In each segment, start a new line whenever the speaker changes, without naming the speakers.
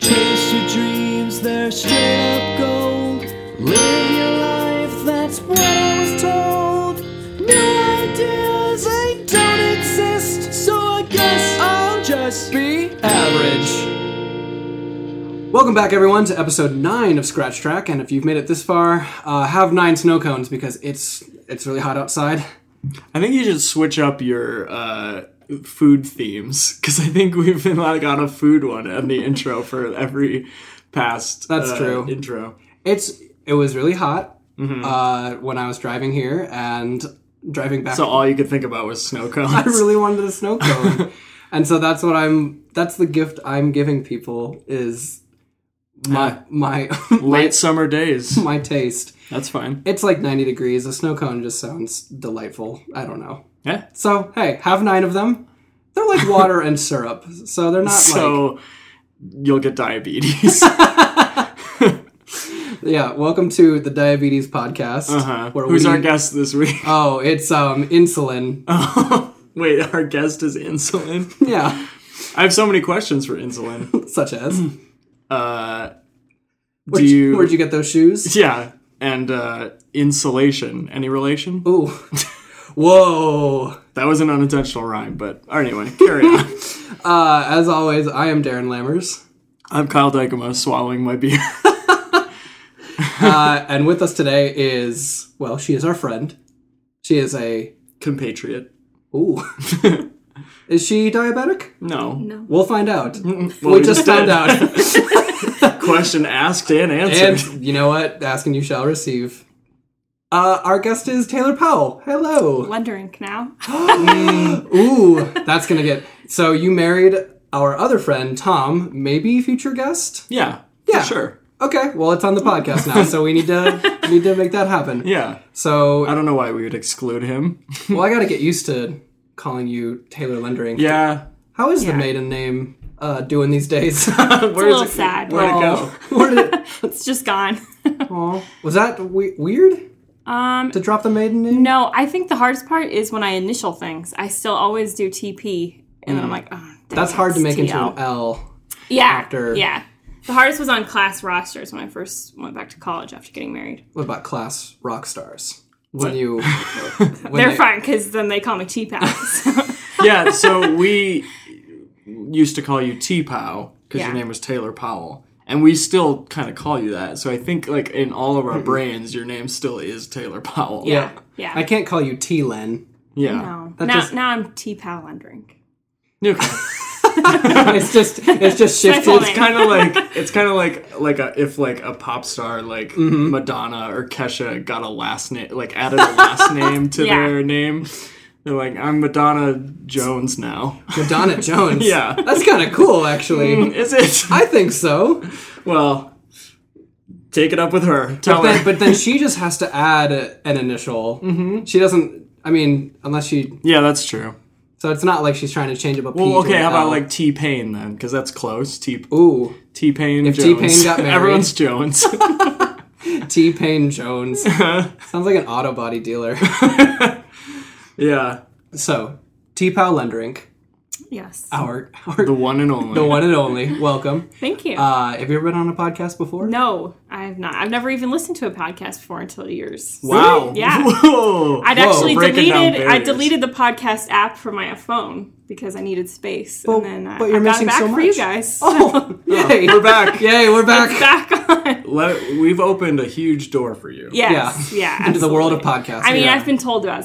your dreams, they're straight up gold. Live your life, that's what I was told. New ideas, they don't exist, so I guess I'll just be average.
Welcome back, everyone, to episode nine of Scratch Track. And if you've made it this far, uh, have nine snow cones because it's it's really hot outside.
I think you should switch up your uh, food themes because I think we've been like on a food one and the intro for every past.
That's
uh,
true.
Intro.
It's it was really hot uh, when I was driving here and driving back.
So all you could think about was snow cones.
I really wanted a snow cone, and so that's what I'm. That's the gift I'm giving people is my my
Late summer days.
my taste.
That's fine.
It's like 90 degrees. A snow cone just sounds delightful. I don't know.
Yeah.
So hey, have nine of them. They're like water and syrup, so they're not like
So you'll get diabetes.
yeah. Welcome to the diabetes podcast.
Uh-huh. Who's
we-
our guest Uh-huh. this week?
Oh, it's um insulin.
Wait, our guest is insulin.
Yeah,
I have so many questions for insulin.
such as.
Uh, do
Where'd you,
you?
where'd you get those shoes?
Yeah, and uh, insulation. Any relation?
Ooh. Whoa.
That was an unintentional rhyme, but anyway, carry on.
Uh, as always, I am Darren Lammers.
I'm Kyle Dykema swallowing my beer.
Uh, and with us today is, well, she is our friend. She is a.
Compatriot.
Ooh. is she diabetic?
No.
We'll find out.
Well,
we just found out.
Question asked and answered.
and you know what? Ask and you shall receive. Uh, our guest is Taylor Powell. Hello.
wondering now.
Ooh, that's gonna get. So you married our other friend, Tom, maybe future guest?
yeah.
Yeah.
For sure.
Okay, well, it's on the podcast now, so we need to we need to make that happen.
Yeah.
So
I don't know why we would exclude him.
Well, I gotta get used to calling you Taylor Lendering.
Yeah.
How is the maiden name uh, doing these days?
It's a little sad.
Where'd it go?
Where did it,
It's just gone.
aw, was that we- weird
um,
to drop the maiden name?
no, I think the hardest part is when I initial things. I still always do TP, and then I'm like, oh, dang,
Mm. That's hard to
it's
make into
TL.
an L.
yeah,
after-
yeah. The hardest was on class rosters when I first went back to college after getting married.
What about class rock stars?
What?
When you, when
They're
they-
fine because then they call me T Pass.
yeah, so we used to call you T Pow because
Yeah.
your name was Taylor Powell. And we still kind of call you that. So I think, like, in all of our
Hmm.
brains, your name still is Taylor Powell.
yeah,
Yeah.
yeah.
I can't call you T Len.
Yeah.
no.
That
Now,
just-
now I'm T Pow Lundrink.
Okay.
It's just it's just
full
shifted.
name.
it's kind of like it's kind of like like a, if like a pop star like
Mm-hmm.
Madonna or Kesha got a last name like added a last name to
Yeah.
their name. They're like I'm Madonna Jones now.
Madonna Jones.
Yeah. Mm.
that's kind of cool, actually.
Is it?
I think so.
well, take it up with her. Tell
But then,
her.
but then she just has to add a- an initial.
Mm-hmm.
She doesn't. I mean, unless she
Yeah, that's true.
So it's not like she's trying to change up a P.
Well,
to
okay.
an
How about
L.
like T Pain then? Because that's close. T
ooh
T Pain.
If T-Pain got married.
everyone's Jones.
T Pain Jones?
Uh-huh.
Sounds like an auto body dealer.
yeah,
so T Pow Lendrink,
Yes.
our, our
the one and only.
the one and only. Welcome.
Thank you.
Uh, have you ever been on a podcast before?
no, I've not. I've never even listened to a podcast before until yours.
Wow.
Yeah.
Whoa.
I'd actually
breaking down
deleted I
barriers.
deleted the podcast app from my phone because I needed space,
Well,
and then I,
but you're
I got
missing
it back
so
for you
much.
guys.
Oh, yay!
We're back.
Yay, we're back.
back on.
Let, we've opened a huge door for you.
Yes,
Yeah.
yeah,
Into the world of
absolutely.
podcasting.
I mean,
yeah.
I've been told about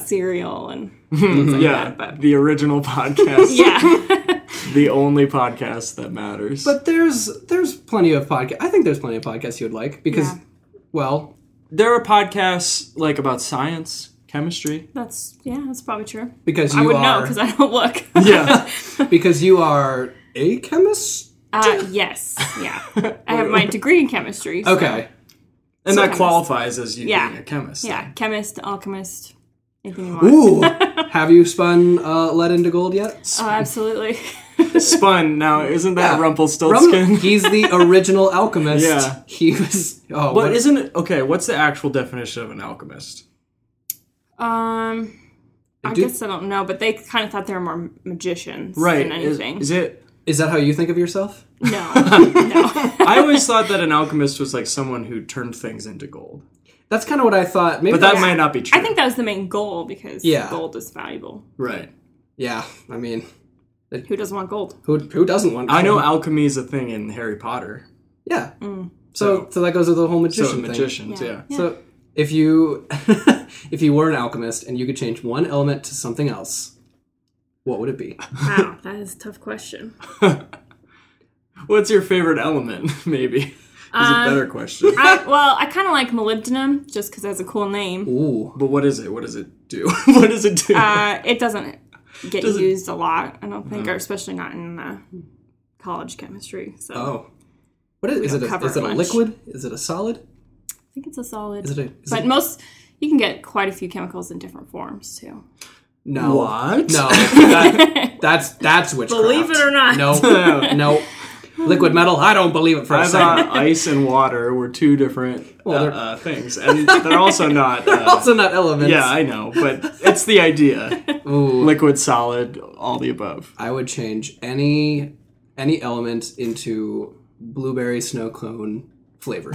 Serial and
Mm-hmm. yeah.
but-
The original podcast.
yeah,
The only podcast that matters.
But there's there's plenty of podcast. I think there's plenty of podcasts you would like because,
Yeah.
well,
there are podcasts like about science, chemistry.
that's yeah, that's probably true.
because
I
you
would know
are
because I don't look.
Yeah.
because you are a chemist.
Uh, yes, yeah, I have my degree in chemistry. so-
Okay,
and
So
that
chemist.
qualifies as you
Yeah.
being a chemist.
yeah, chemist, alchemist, anything you want.
Ooh, have you spun uh, lead into gold yet?
Oh, absolutely.
Spun. Now, isn't that
Yeah.
Rumpelstiltskin?
Rum- he's the original alchemist.
Yeah.
He was. Oh,
but
what
isn't it okay? What's the actual definition of an alchemist?
Um, I
Do-
guess I don't know, but they kind of thought they were more magicians
Right.
than
Is,
anything.
is it?
is that how you think of yourself?
no, no.
I always thought that an alchemist was like someone who turned things into gold,
That's kind of what I thought. Maybe
but that
that's-
might not be true.
I think that was the main goal because
Yeah.
gold is valuable.
right.
Yeah, I mean,
Who doesn't want gold?
who who doesn't want?
I know alchemy is a thing in Harry Potter.
Yeah. So so that goes with the whole magician
So
thing.
magicians,
Mm. Yeah.
yeah.
So if you if you were an alchemist and you could change one element to something else, what would it be?
Wow, that is a tough question.
What's your favorite element? Maybe is
Uh,
a better question.
I, well, I kind of like molybdenum just because it has a cool name.
Ooh.
But what is it? What does it do? what does it do?
Uh, it doesn't get
Doesn't-
used a lot, I don't think, or especially not in uh, college chemistry. So
Oh. What is, is
don't
it? A,
cover
is
it
it a
much.
liquid? Is it a solid?
I think it's a solid.
Is it a? Is
but
it,
most you can get quite a few chemicals in different forms too.
no.
What?
No. That, that's that's witchcraft.
Believe it or not.
No. no. Liquid metal. I don't believe it for a
I
second.
thought ice and water were two different
Well,
uh,
they're-
uh, things, and they're also not. Uh,
Also not elements.
yeah, I know, but it's the idea:
Ooh.
liquid, solid, all the above.
I would change any any element into blueberry snow cone flavor.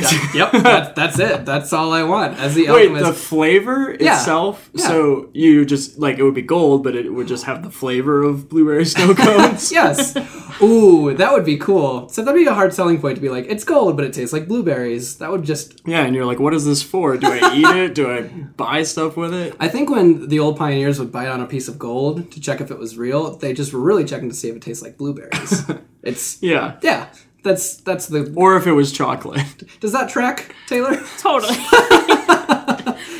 Yeah, yep, that, that's it. That's all I want as the
Wait,
alchemist.
the flavor
Yeah,
itself.
yeah.
So you just like it would be gold, but it would just have the flavor of blueberry snow cones.
yes. Ooh, that would be cool. So that'd be a hard selling point to be like, it's gold, but it tastes like blueberries. That would just.
Yeah, and you're like, what is this for? Do I eat it? Do I buy stuff with it?
I think when the old pioneers would bite on a piece of gold to check if it was real, they just were really checking to see if it tastes like blueberries. it's
Yeah.
yeah. That's that's the.
Or if it was chocolate.
Does that track, Taylor?
Totally.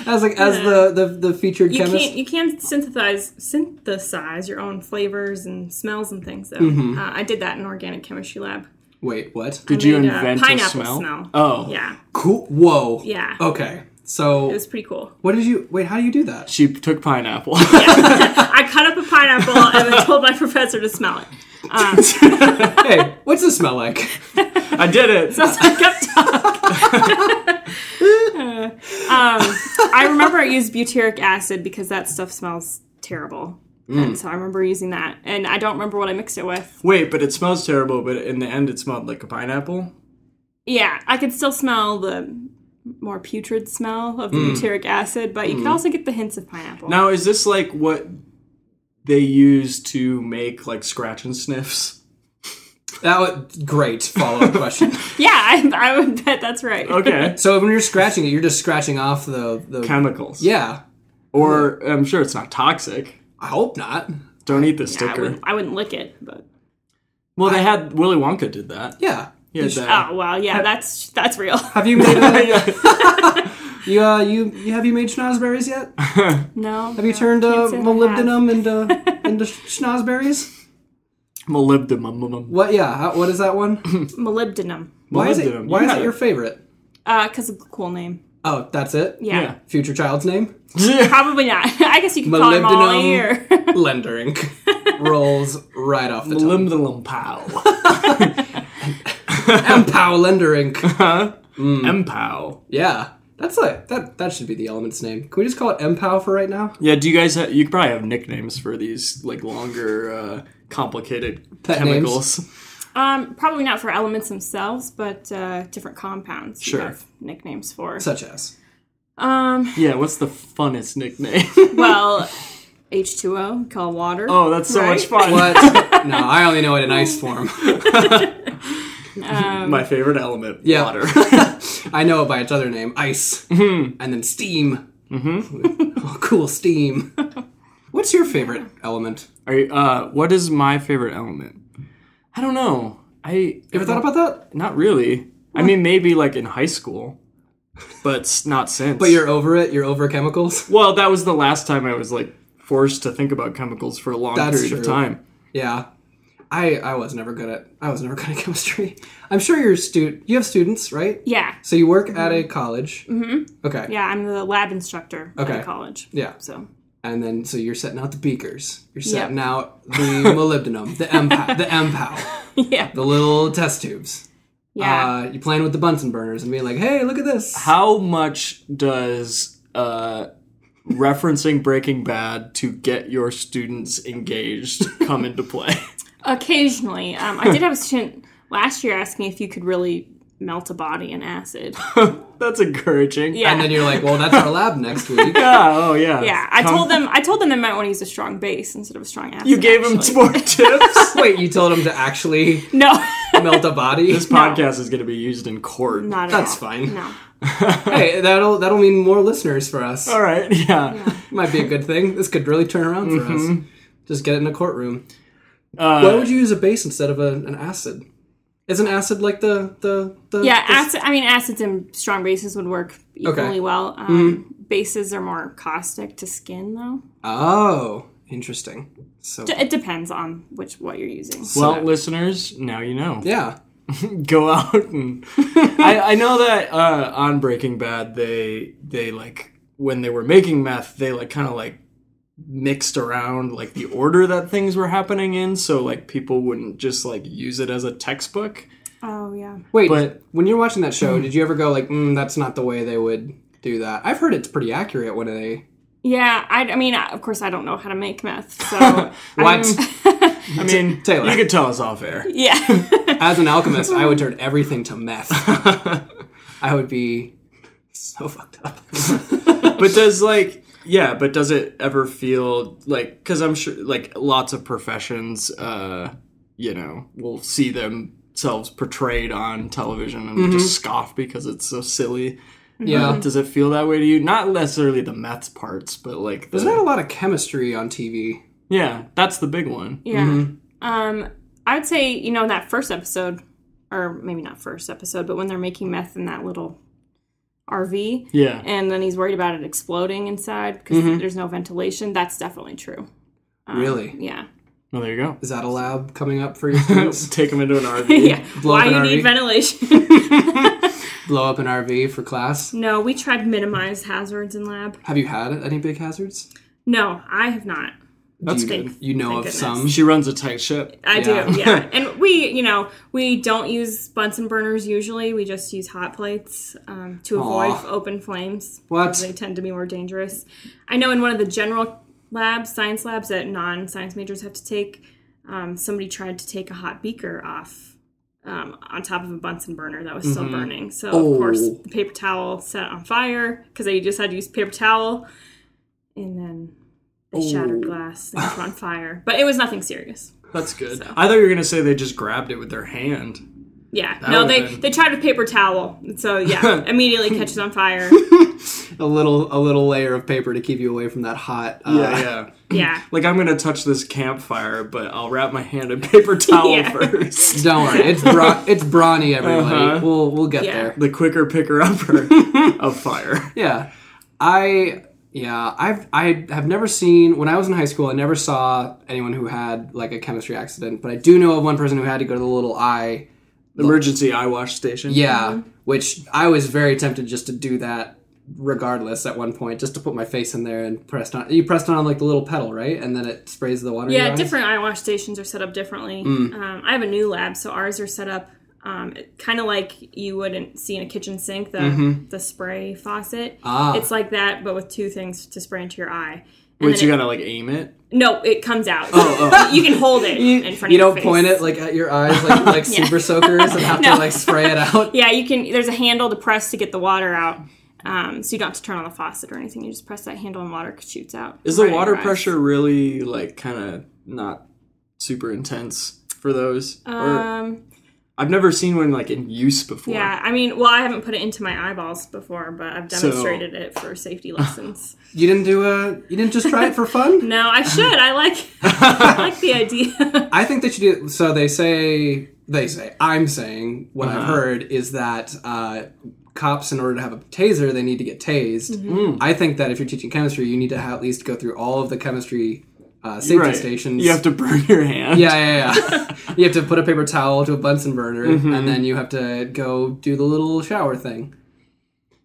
As like as the the, the featured
you
chemist.
can't you can synthesize synthesize your own flavors and smells and things though.
Mm-hmm.
Uh, I did that in organic chemistry lab.
Wait, what?
Did you
made, uh,
invent a
pineapple
smell?
smell.
Oh.
Yeah,
Cool. Whoa.
Yeah.
Okay.
it
So,
was pretty cool.
what did you? Wait, how do you do that?
She took pineapple.
I cut up a pineapple and then told my professor to smell it.
hey, what's this smell like?
I did it.
I kept um, I remember I used butyric acid because that stuff smells terrible.
Mm.
And so I remember using that. And I don't remember what I mixed it with.
Wait, but it smells terrible, but in the end it smelled like a pineapple?
Yeah, I could still smell the more putrid smell of the butyric acid, but you could also get the hints of pineapple.
Mm. Now, is this like what they use to make like scratch and sniffs?
That would, great follow up question.
Yeah, I, I would bet that's right.
Okay.
So when you're scratching it, you're just scratching off the the.
Chemicals.
yeah.
Or I'm sure it's not toxic.
I hope not.
Don't eat the
I,
sticker.
would, I wouldn't lick it, but
well, they had Willy Wonka did that.
Yeah.
Yeah.
You sh-
oh well, yeah, that's that's real.
have you made uh, you, uh, you you have you made schnozberries yet? Have
No, have
you turned uh,
say that I have.
molybdenum into into sh- schnozberries?
Molybdenum.
What? Yeah. How, what is that one?
molybdenum?
Why is it?
Molybdenum,
Why is
yeah.
it your favorite?
Because of a cool name.
Oh, that's it.
yeah.
Yeah.
Future child's name.
Probably not. I guess you could call him Molly or
Molybdenum. Lender Inc. rolls right off the tongue.
Molybdenum pow.
Empow Lender Inc. Hmm.
Empow.
Yeah, that's like that. That should be the element's name. Can we just call it Empow for right now?
Yeah, do you guys have, you probably have nicknames for these like longer uh, complicated
Pet names?
chemicals.
um, probably not for elements themselves, but uh, different compounds. you
Sure.
have nicknames for.
Such as
Um,
Yeah, what's the funnest nickname?
well, H two O we call water.
oh, that's so much fun.
what? no, I only know it in ice form.
My favorite element,
Yeah.
water.
I know it by its other name, ice, and then steam. Mm-hmm. oh, cool steam. What's your favorite element?
Are you, uh, what is my favorite element? I don't know. I
You ever thought about that?
Not really. I mean, maybe like in high school, but s- not since.
But you're over it. You're over chemicals.
well. That was the last time I was like forced to think about chemicals for a long
That's
period of
true.
time.
Yeah. I, I was never good at I was never good at chemistry. I'm sure you're stu- you have students, right?
Yeah,
So you work at a college. Mm-hmm. Okay.
yeah. I'm the lab instructor
Okay.
at a college.
Yeah.
So
And then so you're setting out the beakers. You're
Yep.
setting out the molybdenum, the empow, the empow,
yeah,
the little test tubes.
yeah.
Uh, you're playing with the Bunsen burners and being like, "Hey, look at this."
How much does uh, referencing Breaking Bad to get your students engaged come into play?
Occasionally, um, I did have a student last year ask me if you could really melt a body in acid.
That's encouraging.
Yeah,
And then you're like, well, that's our lab next week.
Yeah, oh yeah.
yeah. I
Come-
told them. I told them they might want to use a strong base instead of a strong acid.
You gave him
actually.
more tips.
Wait, you told him to actually
no,
melt a body?
this podcast is going to be used in court.
not at
That's
all.
fine.
No,
Hey, that'll that'll mean more listeners for us.
All right. Yeah.
Might be a good thing. This could really turn around for us. Just get it in a courtroom.
Mm-hmm. Uh,
Why would you use a base instead of a, an acid? Isn't acid like the the, the
yeah,
the-
acid. I mean, acids and strong bases would work equally well.
Mm-hmm.
Um, Bases are more caustic to skin, though.
Oh, interesting. So
D- It depends on which what you're using.
well, listeners, now you know.
yeah,
Go out and I, I know that uh, on Breaking Bad, they they like when they were making meth, they like kind of like mixed around like the order that things were happening in, so like people wouldn't just like use it as a textbook.
Oh yeah.
Wait,
But- Mm-hmm.
when you're watching that show, did you ever go like, mm, "That's not the way they would do that"? I've heard it's pretty accurate when they.
Yeah, I, I mean, I- of course, I don't know how to make meth, so
What?
I mean,
Taylor.
you could tell us off air.
yeah.
As an alchemist, I would turn everything to meth. I would be so fucked up.
but does like yeah but does it ever feel like because i'm sure like lots of professions uh you know will see themselves portrayed on television and just scoff because it's so silly
Yeah.
does it feel that way to you not necessarily the meth parts but like the,
There's not a lot of chemistry on TV.
yeah that's the big one
Yeah. Um, I would say, you know, in that first episode, or maybe not first episode, but when they're making meth in that little RV,
yeah
and then he's worried about it exploding inside because
Mm-hmm.
there's no ventilation, that's definitely true.
really?
Um, Yeah.
well Oh, there you go
Is that a lab coming up for your students?
take them into an rv
yeah.
Blow up
Why
an
you
RV?
need ventilation?
Blow up an RV for class?
no, we tried minimize hazards in lab.
Have you had any big hazards?
No, I have not.
That's you,
good.
You know
Thank
of
goodness.
some.
she runs a tight ship
I
Yeah.
do, yeah. And we, you know, we don't use Bunsen burners usually. We just use hot plates um, to avoid
Aw.
open flames.
What?
They tend to be more dangerous. I know in one of the general labs, science labs that non science majors have to take, um, somebody tried to take a hot beaker off um, on top of a Bunsen burner that was still
Mm-hmm.
burning. So,
Oh.
of course, the paper towel set on fire because they just had to use paper towel. And then they
Oh.
shattered glass, things were on fire. But it was nothing serious.
that's good i thought you were gonna say they just grabbed it with their hand
Yeah. no,
would've
they
been-
they tried with paper towel. So yeah, immediately catches on fire.
a little a little layer of paper to keep you away from that hot. Uh,
Oh, yeah
Yeah.
like I'm gonna touch this campfire, but I'll wrap my hand in paper towel
Yeah.
first.
Don't worry, it's bra- it's brawny, everybody.
Uh-huh.
We'll we'll get
Yeah.
there.
The quicker picker upper of fire.
Yeah, I yeah I've I have never seen when I was in high school I never saw anyone who had like a chemistry accident, but I do know of one person who had to go to the little eye.
Emergency eye wash station.
Yeah,
Mm-hmm.
which I was very tempted just to do that regardless at one point just to put my face in there and pressed on you pressed on like the little pedal right and then it sprays the water in your
Yeah,
eyes?
different eye wash stations are set up differently.
Mm.
Um, I have a new lab, so ours are set up um, kind of like you wouldn't see in a kitchen sink the
Mm-hmm.
the spray faucet.
Ah.
It's like that, but with two things to spray into your eye. And
Wait,
then
you
it-
gotta Oh, like aim it?
no, it comes out. you can hold it in front
you
of your
don't
face.
point it like at your eyes like like super soakers and have to
No.
like spray it out
Yeah, you can. There's a handle to press to get the water out, um, so you don't have to turn on the faucet or anything. You just press that handle and water shoots out.
Is the
right in
water
your eyes.
pressure really like kinda not super intense for those? or,
Um,
I've never seen one like in use before.
yeah, I mean, well, I haven't put it into my eyeballs before, but I've demonstrated it for safety lessons.
you didn't do a you didn't just try it for fun
no, I should. I like, I like the idea.
I think they should do. So they say they say I'm saying what
Uh-huh.
I've heard is that uh, cops, in order to have a taser, they need to get tased.
Mm-hmm.
Mm.
I think that if you're teaching chemistry, you need to ha at least go through all of the chemistry uh, safety
Right.
stations.
You have to burn your hand.
Yeah, yeah, yeah. you have to put a paper towel to a Bunsen burner,
Mm-hmm.
and then you have to go do the little shower thing.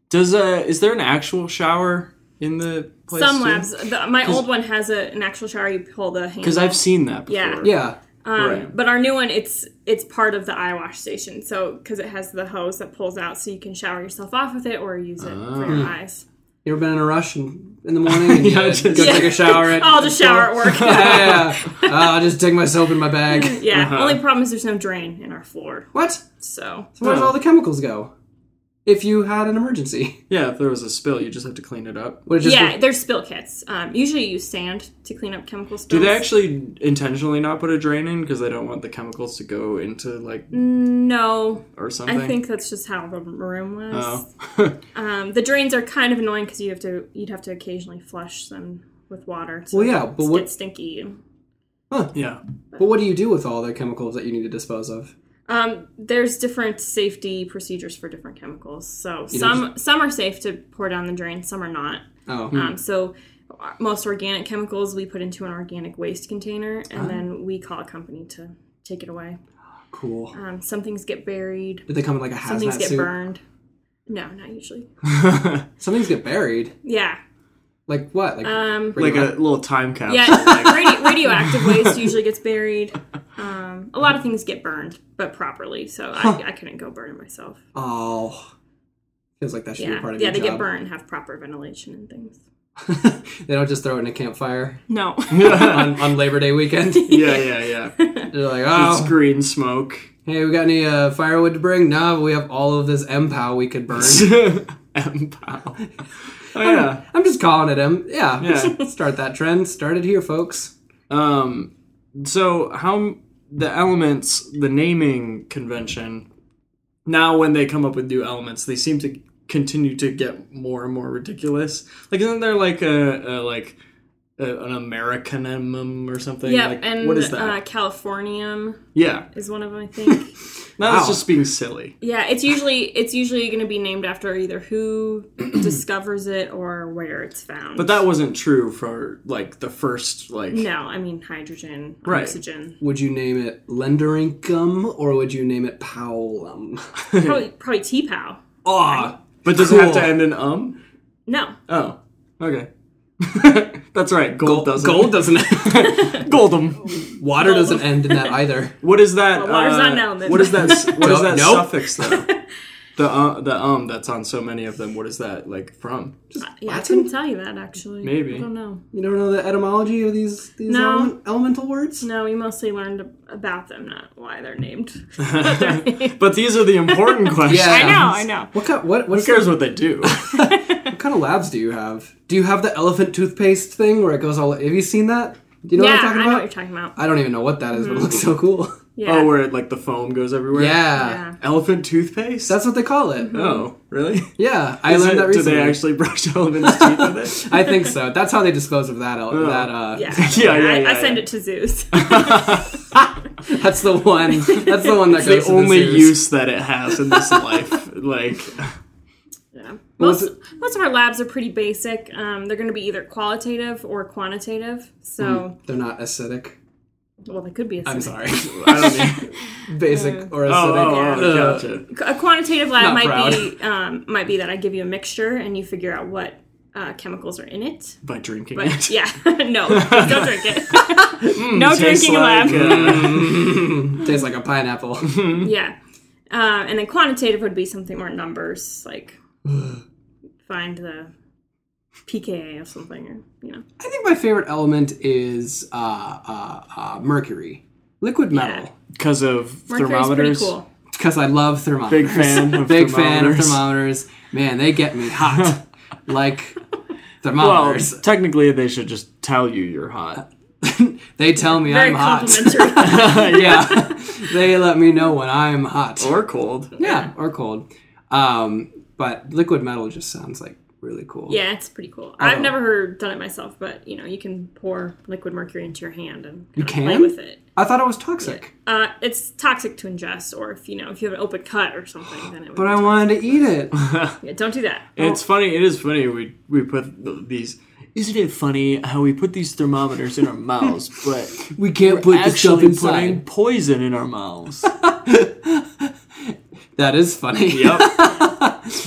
Does uh is there an actual shower in the place?
Some labs, the, my old one has a, an actual shower. You pull the handle.
Because I've seen that before.
Yeah.
Yeah.
Um,
right.
But our new one, it's it's part of the eye wash station.
Ah.
So because it has the hose that pulls out, so you can shower yourself off with it or use it for your eyes.
You ever been in a rush in, in the morning and you
Yeah,
gotta
just-
go take a shower at?
I'll just shower at work. yeah.
yeah, yeah, yeah. Uh, I'll just dig my soap in my bag.
Uh-huh.
Only problem is there's no drain in our floor.
What?
So
So where does
Huh.
all the chemicals go? If you had an emergency,
Yeah, if there was a spill, you just have to clean it up.
would it just
yeah,
be-
there's spill kits. Um, usually you use sand to clean up chemical
Do
spills.
they actually intentionally not put a drain in because they don't want the chemicals to go into like
No,
or something?
I think that's just how the room was.
Oh.
Um, the drains are kind of annoying because you have to you'd have to occasionally flush them with water. So
Well, yeah, but
it
what-
gets stinky. and-
yeah.
But what do you do with all the chemicals that you need to dispose of?
Um, there's different safety procedures for different chemicals. So
You know,
some some are safe to pour down the drain, some are not.
Oh,
Um, so uh, most organic chemicals we put into an organic waste container, and
Ah.
then we call a company to take it away.
cool.
Um, some things get buried,
Did they come in like a
some things
hazmat
get
suit?
burned. No, not usually.
Some things get buried.
Yeah,
Like what? Like
Um,
Like
radio-
a little time capsule.
yeah. radi- radioactive waste usually gets buried. Um, a lot of things get burned, but properly. So I, I couldn't go burn it myself.
oh, feels like that should be a
Yeah,
part of
yeah.
your
They get
job.
burnt and have proper ventilation and things.
they don't just throw it in a campfire
No.
on, on Labor Day weekend.
yeah, yeah, yeah.
They're like,
It's
oh,
green smoke.
hey, we got any uh, firewood to bring? No, but we have all of this empow we could burn.
M pal. Oh yeah.
I'm just calling it em. Yeah,
Yeah.
start that trend. Start it here, folks.
Um. So how m- the elements, the naming convention. Now, when they come up with new elements, they seem to continue to get more and more ridiculous. Like, isn't there like a, a like a, an Americanum or something?
yeah,
Like,
and
what is that?
Uh, Californium
yeah,
is one of them, I think.
now
Wow.
it's just being silly.
Yeah, it's usually it's usually going to be named after either who discovers it or where it's found.
But that wasn't true for like the first like.
no, I mean hydrogen,
Right.
oxygen,
Would you name it Lenderinkum or would you name it Powlum?
probably probably T-Pow.
Aw,
But does it have to
Cool.
end in um?
No,
Oh, okay. That's right. Gold, doesn't.
gold doesn't.
Goldum.
Water doesn't end in that either.
What is that?
Well, water's
uh,
not an element.
What is that? s- What is that
Nope.
suffix though? The uh, the um that's on so many of them. What is that like from?
yeah, I
Latin?
couldn't tell you that actually.
Maybe.
I don't know.
You don't know the etymology of these these
No.
element- elemental words?
No, we mostly learned ab- about them, not why they're named. But they're named.
But these are the important questions.
I know, I know.
What kind? What
Who
what's
cares what they do?
what kind of labs do you have? Do you have the elephant toothpaste thing where it goes all? Have you seen that? Do you know
yeah,
what I'm talking
I know
about?
what you're talking about.
I don't even know what that is, but it looks so cool.
Yeah.
Oh, where like the foam goes everywhere.
Yeah.
yeah.
Elephant toothpaste.
that's what they call it.
oh, really?
Yeah, I
Is
learned
it-
that
do
recently.
they actually brush elephants' teeth with it?
I think so. That's how they dispose of that. ele- That uh,
Yeah.
Yeah, yeah,
I,
yeah,
I send
yeah.
it to zoos.
that's the one. That's the one that
The
goes to
only
zoos.
use that it has in this life, like
Yeah.
was
Most, most of our labs are pretty basic. Um, they're going to be either qualitative or quantitative. So,
They're not acidic.
well, they could be a
I'm sorry,
I don't know.
basic or acidic.
Oh, oh, oh,
Uh,
gotcha.
A quantitative lab
Not
might be um, might be that I give you a mixture and you figure out what uh, chemicals are in it.
By drinking
But
it.
yeah, no, don't drink it. no
Tastes
drinking
like,
lab.
uh,
Mm-hmm. Tastes like a pineapple.
Yeah, uh, and then quantitative would be something more numbers, like find the pKa of something, or you know.
I think my favorite element is uh, uh, uh, mercury, liquid metal,
because of
Mercury's pretty
thermometers.
cool.
because I love thermometers.
Big fan. Of
Big fan of
thermometers.
thermometers. Man, they get me hot. like
Well,
thermometers.
technically, they should just tell you you're hot.
they tell me
Very
I'm hot.
complimentary.
yeah. they let me know when I'm hot.
Or cold.
yeah, or cold. Um, but liquid metal just sounds like really cool.
yeah, it's pretty cool. I've never heard done it myself, but you know, you can pour liquid mercury into your hand and you play
can?
with it.
I thought it was toxic,
Uh, it's toxic to ingest, or if you know if you have an open cut or something, then it would.
but I wanted to eat it.
yeah, don't do that.
It's funny. It is funny. We we put th- these. Isn't it funny how we put these thermometers in our mouths, but
We can't put the stuff
actually
inside.
putting poison in our mouths?
That is funny.
yep.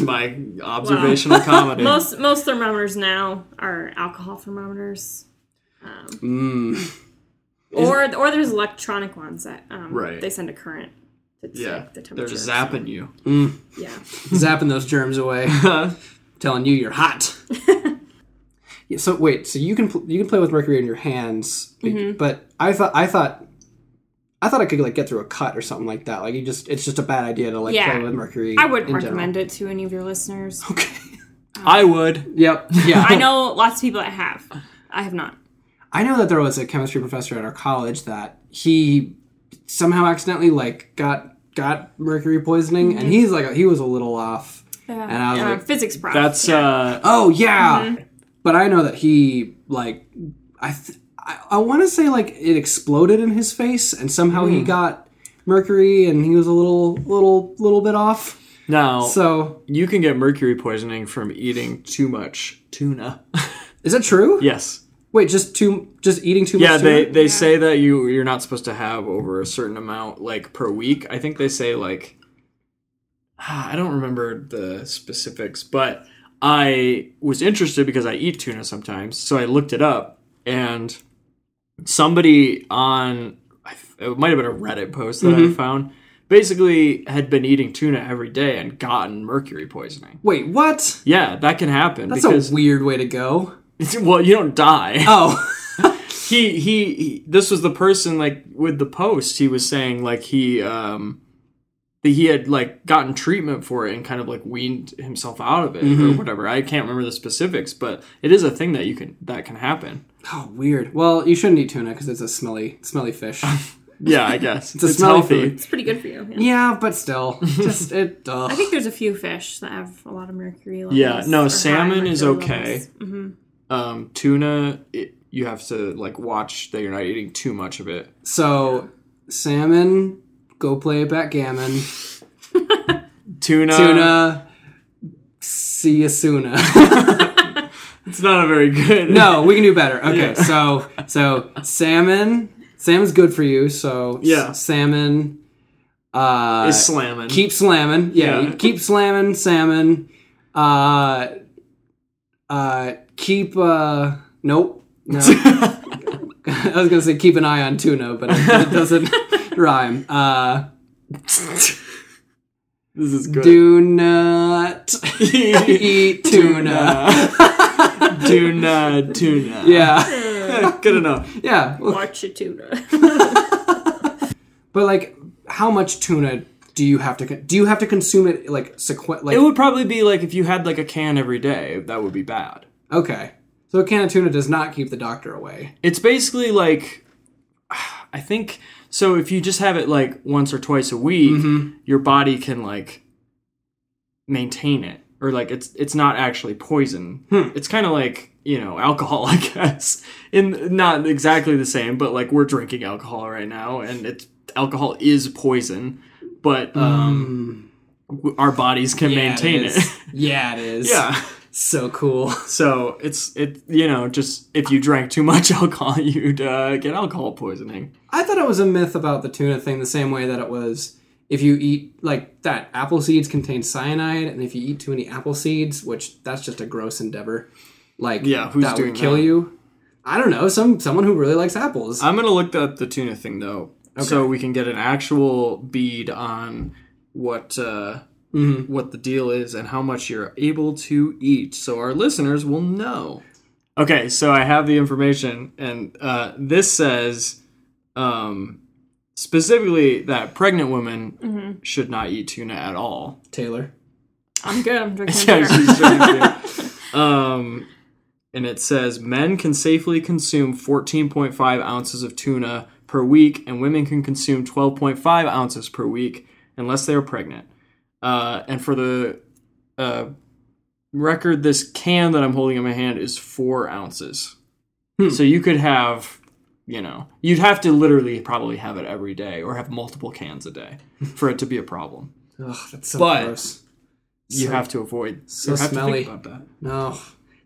My observational comedy.
Most most thermometers now are alcohol thermometers,
Mm.
um, or or there's electronic ones that um,
Right.
they send a current to check
yeah,
the
they're
temperature.
zapping you.
Yeah,
Zapping those germs away. telling you you're hot. Yeah, so wait, so you can pl- you can play with mercury in your hands, but-
Mm-hmm.
but I thought I thought I thought I could like get through a cut or something like that. Like you just it's just a bad idea to like
Yeah.
play with mercury.
I wouldn't
in
recommend it to any of your listeners.
General. Okay.
I would.
Yep. Yeah.
I know lots of people that have. I have not.
I know that there was a chemistry professor at our college that he somehow accidentally like got got mercury poisoning,
Mm-hmm.
and he's like he was a little off, and I was
Uh,
like,
physics prof.
That's uh
oh yeah. But I know that he like I th- I, I want to say like it exploded in his face, and somehow
Mm.
he got mercury, and he was a little little little bit off.
now
So
you can get mercury poisoning from eating too much tuna.
is it true?
yes.
Wait, just too just eating too
Yeah,
much.
they
tuna?
they say that you you're not supposed to have over a certain amount like per week. I think they say like ah, I don't remember the specifics, but I was interested because I eat tuna sometimes, so I looked it up and somebody on I f- it might have been a Reddit post that
Mm-hmm.
I found basically had been eating tuna every day and gotten mercury poisoning.
Wait, what?
Yeah, that can happen
That's
because
a weird way to go.
well, you don't die
Oh.
he, he he this was the person like with the post he was saying like he um that he had like gotten treatment for it and kind of like weaned himself out of it or whatever i can't remember the specifics but it is a thing that you can that can happen
Oh, weird. Well, you shouldn't eat tuna because it's a smelly, smelly fish.
yeah i guess it's,
a smelly
healthy
food.
it's pretty good for you. yeah.
yeah, but still, just it. Ugh.
I think there's a few fish that have a lot of mercury levels.
Yeah, no,
or high
salmon is
mercury
okay.
levels. Mhm.
um tuna it, you have to like watch that you're not eating too much of it
so. Salmon, go play backgammon.
tuna
Tuna,
Um,
see you soon.
it's not a very good
no, we can do better. Okay,
Yeah.
so so salmon, salmon's good for you. So s-
Yeah.
salmon. Uh,
it's slamming
keep slamming. Yeah,
Yeah.
you keep slamming salmon. Uh, uh, keep. Uh, nope. No. I was gonna say keep an eye on tuna, but it, it doesn't rhyme. Uh,
this is good
do not eat tuna.
tuna tuna
Yeah,
good enough
yeah. Well,
Watch your tuna.
But like, how much tuna do you have to? Con- do you have to consume it like sequ- Like
It would probably be like if you had like a can every day, that would be bad.
okay, so a can of tuna does not keep the doctor away.
It's basically like I think so if you just have it like once or twice a week, your body can like maintain it or like it's it's not actually poison. It's kind of like, you know, alcohol, I guess. In not exactly the same, but like we're drinking alcohol right now and it's alcohol is poison, but um w- our bodies can maintain
is.
it.
Yeah, it is.
yeah.
so cool.
So it's it you know just if you drank too much alcohol, you'd uh, get alcohol poisoning.
I thought it was a myth about the tuna thing, the same way that it was if you eat like that apple seeds contain cyanide, and if you eat too many apple seeds, which that's just a gross endeavor. Like
Yeah, who's
that
doing
would kill
that?
you. I don't know, some someone who really likes apples.
I'm gonna look up the tuna thing though, so we can get an actual bead on what uh, what the deal is and how much you're able to eat, so our listeners will know. Okay, so I have the information, and uh, this says um, specifically that pregnant women should not eat tuna at all.
Taylor.
I'm good. I'm drinking
Yeah,
beer.
she's drinking beer. um, and it says men can safely consume 14.5 ounces of tuna per week, and women can consume 12.5 ounces per week unless they are pregnant. Uh, and for the uh, record, this can that I'm holding in my hand is four ounces. So you could have, you know, you'd have to literally probably have it every day or have multiple cans a day for it to be a problem.
Ugh, that's so
But-
gross.
You have to avoid.
so
you have To
smelly.
think about that.
No.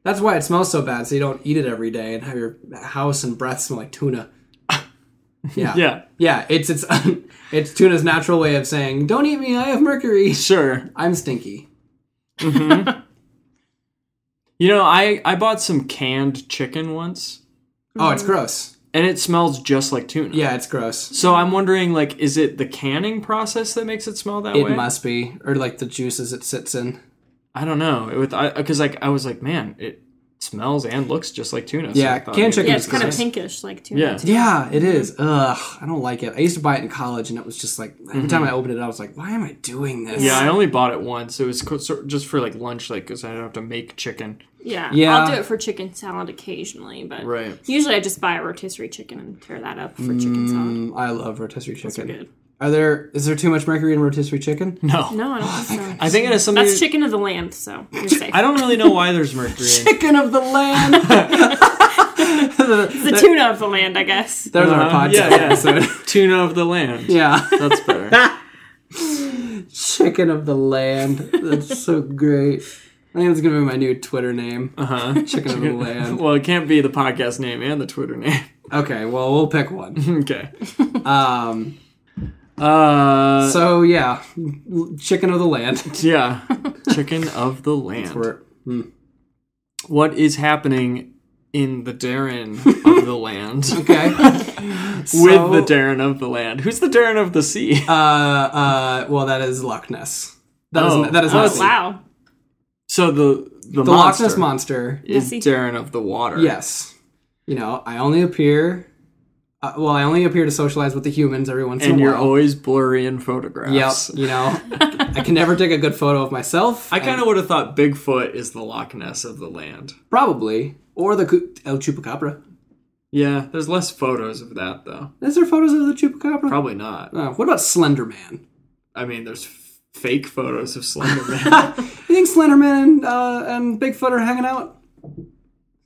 That's why it smells so bad, so you don't eat it every day and have your house and breath smell like tuna. Yeah.
Yeah,
Yeah, it's it's it's tuna's natural way of saying, Don't eat me, I have mercury.
sure.
I'm stinky.
You know, I I bought some canned chicken once,
Oh, it's gross.
and it smells just like tuna.
Yeah, it's gross.
So I'm wondering, like, is it the canning process that makes it smell that
It
way?
must be, or like the juices it sits in.
I don't know. It was because like I was like, man, it smells and looks just like tuna. so
Yeah,
I thought
canned
maybe-
chicken
Yeah,
is
it's kind of
nice.
pinkish, like too.
Yeah.
Yeah, it is. Ugh, I don't like it. I used to buy it in college, and it was just like every time I opened it, I was like, "Why am I doing this?"
Yeah, I only bought it once. It was co- sort- just for like lunch, like because I don't have to make chicken.
Yeah.
Yeah.
I'll do it for chicken salad occasionally, but
Right.
usually I just buy a rotisserie chicken and tear that up for chicken salad.
Mm, I love rotisserie chicken.
Good.
Are there is there too much mercury in rotisserie chicken?
No,
No, I don't think so.
I think it has something.
That's chicken of the land, so you're safe.
I don't really know why there's mercury. in
Chicken of the land.
the tuna of the land, I guess.
There's our
Uh-huh.
podcast
Yeah, yeah.
episode.
Tuna of the land.
yeah,
That's better.
chicken of the land. That's so great. I think it's gonna be my new Twitter name.
Uh huh.
Chicken of the land.
Well, it can't be the podcast name and the Twitter name.
Okay, well we'll pick one.
okay.
Um,
Uh.
so yeah, chicken of the land.
yeah. Chicken of the land.
We're-
What is happening in the Darren of the land?
Okay,
With
So-
the Darren of the land. Who's the Darren of the sea?
Uh, uh, well, that is Loch Ness. That is
Oh.
that is
Oh,
not
Oh,
sea.
wow.
So the the,
the Loch
monster
Ness monster.
is
Nessie.
Darren of the water.
Yes, you know I only appear. Uh, well, I only appear to socialize with the humans every once
And
in a
you're
while.
always blurry in
Yep,
photographs.
you know, I can never take a good photo of myself.
I kind of would have thought Bigfoot is the Loch Ness of the land.
probably or the cu- El Chupacabra.
Yeah, there's less photos of that though.
Is there photos of the Chupacabra?
Probably not.
Uh, what about Slender Man?
I mean, there's f- fake photos of Slenderman.
You think Slender Man and, uh, and Bigfoot are hanging out?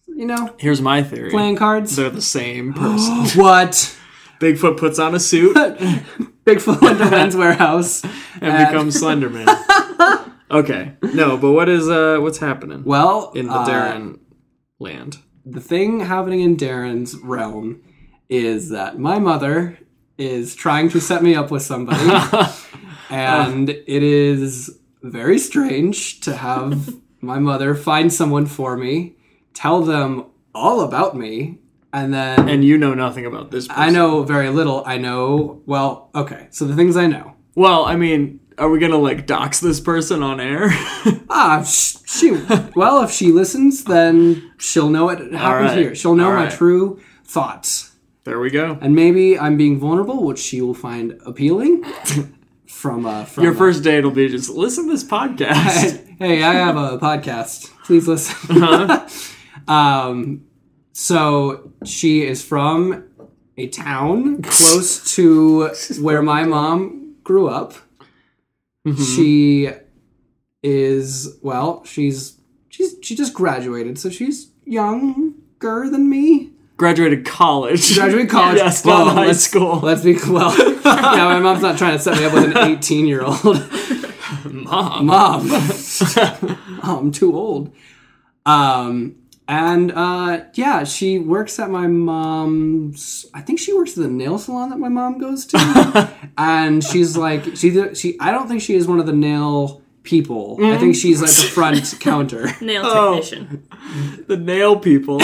You know,
Here's my theory.
playing cards.
They're the same person.
what?
Bigfoot puts on a suit and
Bigfoot went to Men's Warehouse. And-
becomes Slenderman. okay. No, but what is uh what's happening
Well,
in the
uh,
Darren land?
the thing happening in Darren's realm is that my mother is trying to set me up with somebody,
Ah.
and it is very strange to have my mother find someone for me, tell them all about me, and then
And you know nothing about this person.
I know very little. I know, well, okay, so the things I know.
Well, I mean, are we gonna like dox this person on air?
Ah, sh- she. Well, if she listens, then she'll know it happened
right,
here. She'll know
all
my
right.
true thoughts.
there we go.
and maybe I'm being vulnerable, which she will find appealing. from uh, from
Your
uh,
first date will be just listen to this podcast.
hey, I have a podcast. Please listen.
Uh-huh.
um, so she is from a town close to where my mom grew up.
Mm-hmm.
She is well. She's she's she just graduated, so she's younger than me.
Graduated college.
Graduate college.
Yes, not high
let's-
school.
Let's be well. yeah, my mom's not trying to set me up with an 18 year old
Mom.
mom. I'm too old. Um, and uh, yeah, she works at my mom's. I think she works at the nail salon that my mom goes to. and she's like, she she. I don't think she is one of the nail people. I think she's like the front counter.
Nail
Oh.
technician.
The nail people.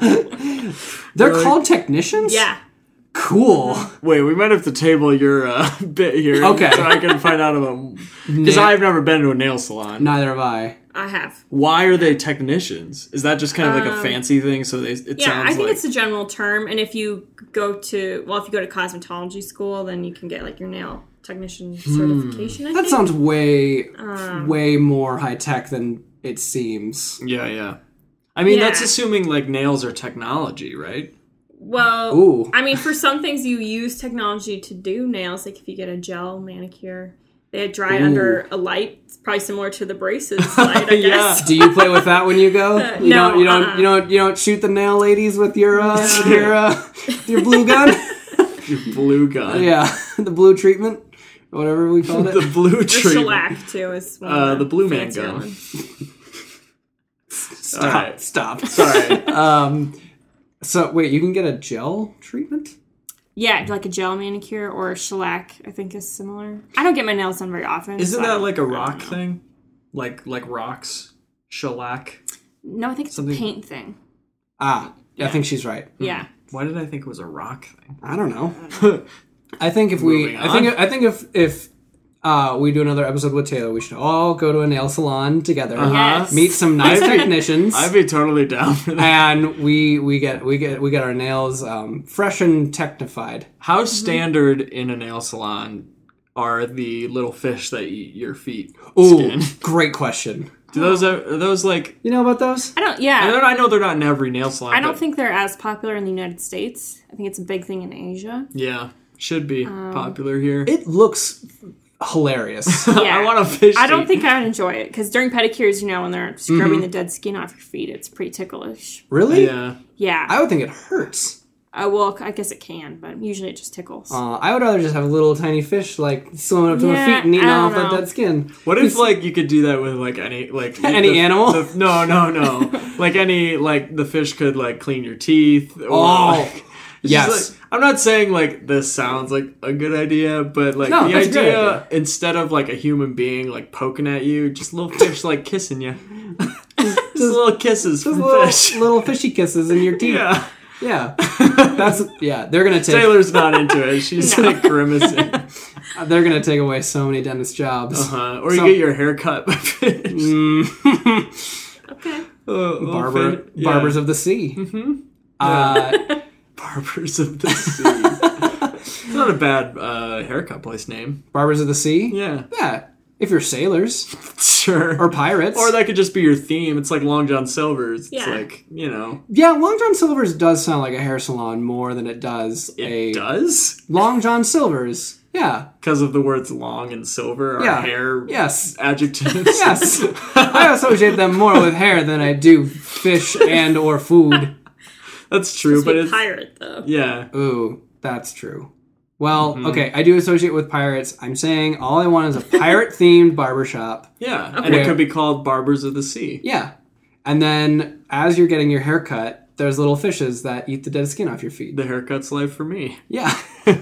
They're called technicians.
Yeah.
cool.
Wait, we might have to table your uh, bit here.
Okay.
So I can find out about. Because
Nail-
I've never been to a nail salon.
Neither have I.
I have.
Why are they technicians? Is that just kind of like a fancy thing? So they, it
Um, Yeah,
sounds
I think
like.
it's a general term. And if you go to, well, if you go to cosmetology school, then you can get like your nail technician
Hmm.
certification. I
That
think.
sounds way, way more high tech than it seems.
yeah, yeah. I mean, that's
Yeah.
assuming like nails are technology, right?
well,
Ooh.
I mean, for some things you use technology to do nails, like if you get a gel manicure, they dry under a light. It's probably similar to the braces light, I
Yeah.
guess.
Do you play with that when you go? You
no,
don't, you don't,
uh-uh.
you don't, you don't shoot the nail ladies with your, uh, your, uh, your blue gun.
Your blue gun.
yeah, the blue treatment, or whatever we called
The
it.
blue
The
tree.
shellac too is one
Uh,
of
the blue man
fancier
gun.
ones.
Stop,
Alright.
stop.
Sorry.
Um, so wait, you can get a gel treatment.
Yeah, like a gel manicure or shellac, I think is similar. I don't get my nails done very often.
Isn't
so I
that
don't-
like
I
a
don't
rock
know.
thing? Like like rocks, shellac.
No, I think it's
Something- Hmm.
a paint thing.
Ah, yeah, I think she's right.
Yeah.
Why did I think it was a rock thing?
I don't know. I think if we,
Moving
I think, I think if if uh, we do another episode with Taylor, we should all go to a nail salon together,
Yes.
meet some nice
I'd be-
technicians,
I'd be totally down for that.
and we we get we get we get our nails um, fresh and technified.
How
Mm-hmm.
standard in a nail salon are the little fish that eat your feet
Ooh,
skin?
great question.
Do those are those like?
You know about those?
I don't.
I
Yeah,
don't. I know they're not in every nail salon.
I don't
but
think they're as popular in the United States. I think it's a big thing in Asia.
Yeah, should be popular here.
Um, It looks hilarious.
Yeah.
I want a fish.
I don't
to
think I would enjoy it because during pedicures, you know, when they're scrubbing
Mm-hmm.
the dead skin off your feet, it's pretty ticklish.
really?
eat- Yeah.
Yeah.
I would think it hurts.
Uh, well, I guess it can, but usually it just tickles.
Uh, I would rather just have a little tiny fish like swimming up to my
Yeah,
feet and eating
I
off
don't
that
know.
dead skin.
What if like you could do that with like any like
Any
the-
animal?
the- no, no, no. like any like the fish could like clean your teeth. Or,
Oh,
like, it's just,
yes.
like- I'm not saying like this sounds like a good idea, but like
No,
the
that's a
idea,
great idea.
instead of like a human being like poking at you, just little fish like kissing you. just little kisses from
Little,
fish.
little fishy kisses in your teeth.
Yeah.
Yeah. That's yeah. They're gonna take
Taylor's not into it. She's like grimacing.
uh, they're gonna take away so many dentist jobs.
Uh, or
So- Mm,
you get your hair cut by fish.
okay.
Uh, little
Barber,
fin- yeah. Mm-hmm.
barbers of the sea. Uh,
Barbers of the Sea. it's not a bad uh, haircut place name.
barbers of the sea.
Yeah,
Yeah. If you're sailors
sure.
or
Or,
pirates,
that could just be your theme. It's like Long John Silver's. It's
Yeah.
like, you know,
yeah, Long John Silver's does sound like a hair salon more than it does
it
a
does.
Long John Silver's. Yeah.
Because of the words long and silver are
Yeah.
hair
Yes.
adjectives.
Yes. I associate them more with hair than I do fish and or food.
That's true, but it's.
pirate though.
Yeah.
Ooh, that's true. Well, okay, I do associate with pirates. I'm saying all I want is a pirate themed barbershop.
Yeah. And it
Okay.
could be called Barbers of the Sea.
Yeah. And then as you're getting your hair cut, there's little fishes that eat the dead skin off your feet.
The haircut's life for me.
Yeah.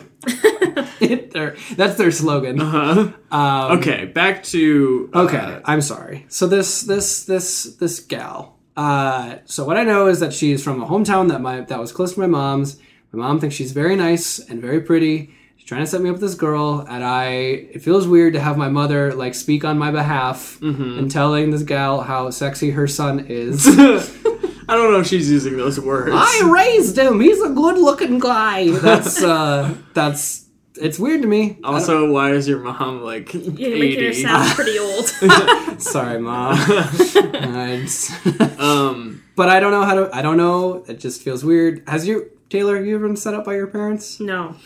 It- their- that's their slogan.
Huh?
Um,
Okay, back to. uh,
okay, I'm sorry. So this this this this gal. Uh, so what I know is that she's from a hometown that my that was close to my mom's. My mom thinks she's very nice and very pretty. She's trying to set me up with this girl, and I it feels weird to have my mother like speak on my behalf and telling this gal how sexy her son is.
I don't know if she's using those words.
I raised him. He's a good-looking guy. That's uh, that's it's weird to me. I
also, why is your mom like
You're making her
80?
sound pretty old.
don't- sorry, mom. I'm s-
Um,
But I don't know how to. I don't know. It just feels weird. Has you, Taylor? Have you ever been set up by your parents?
no.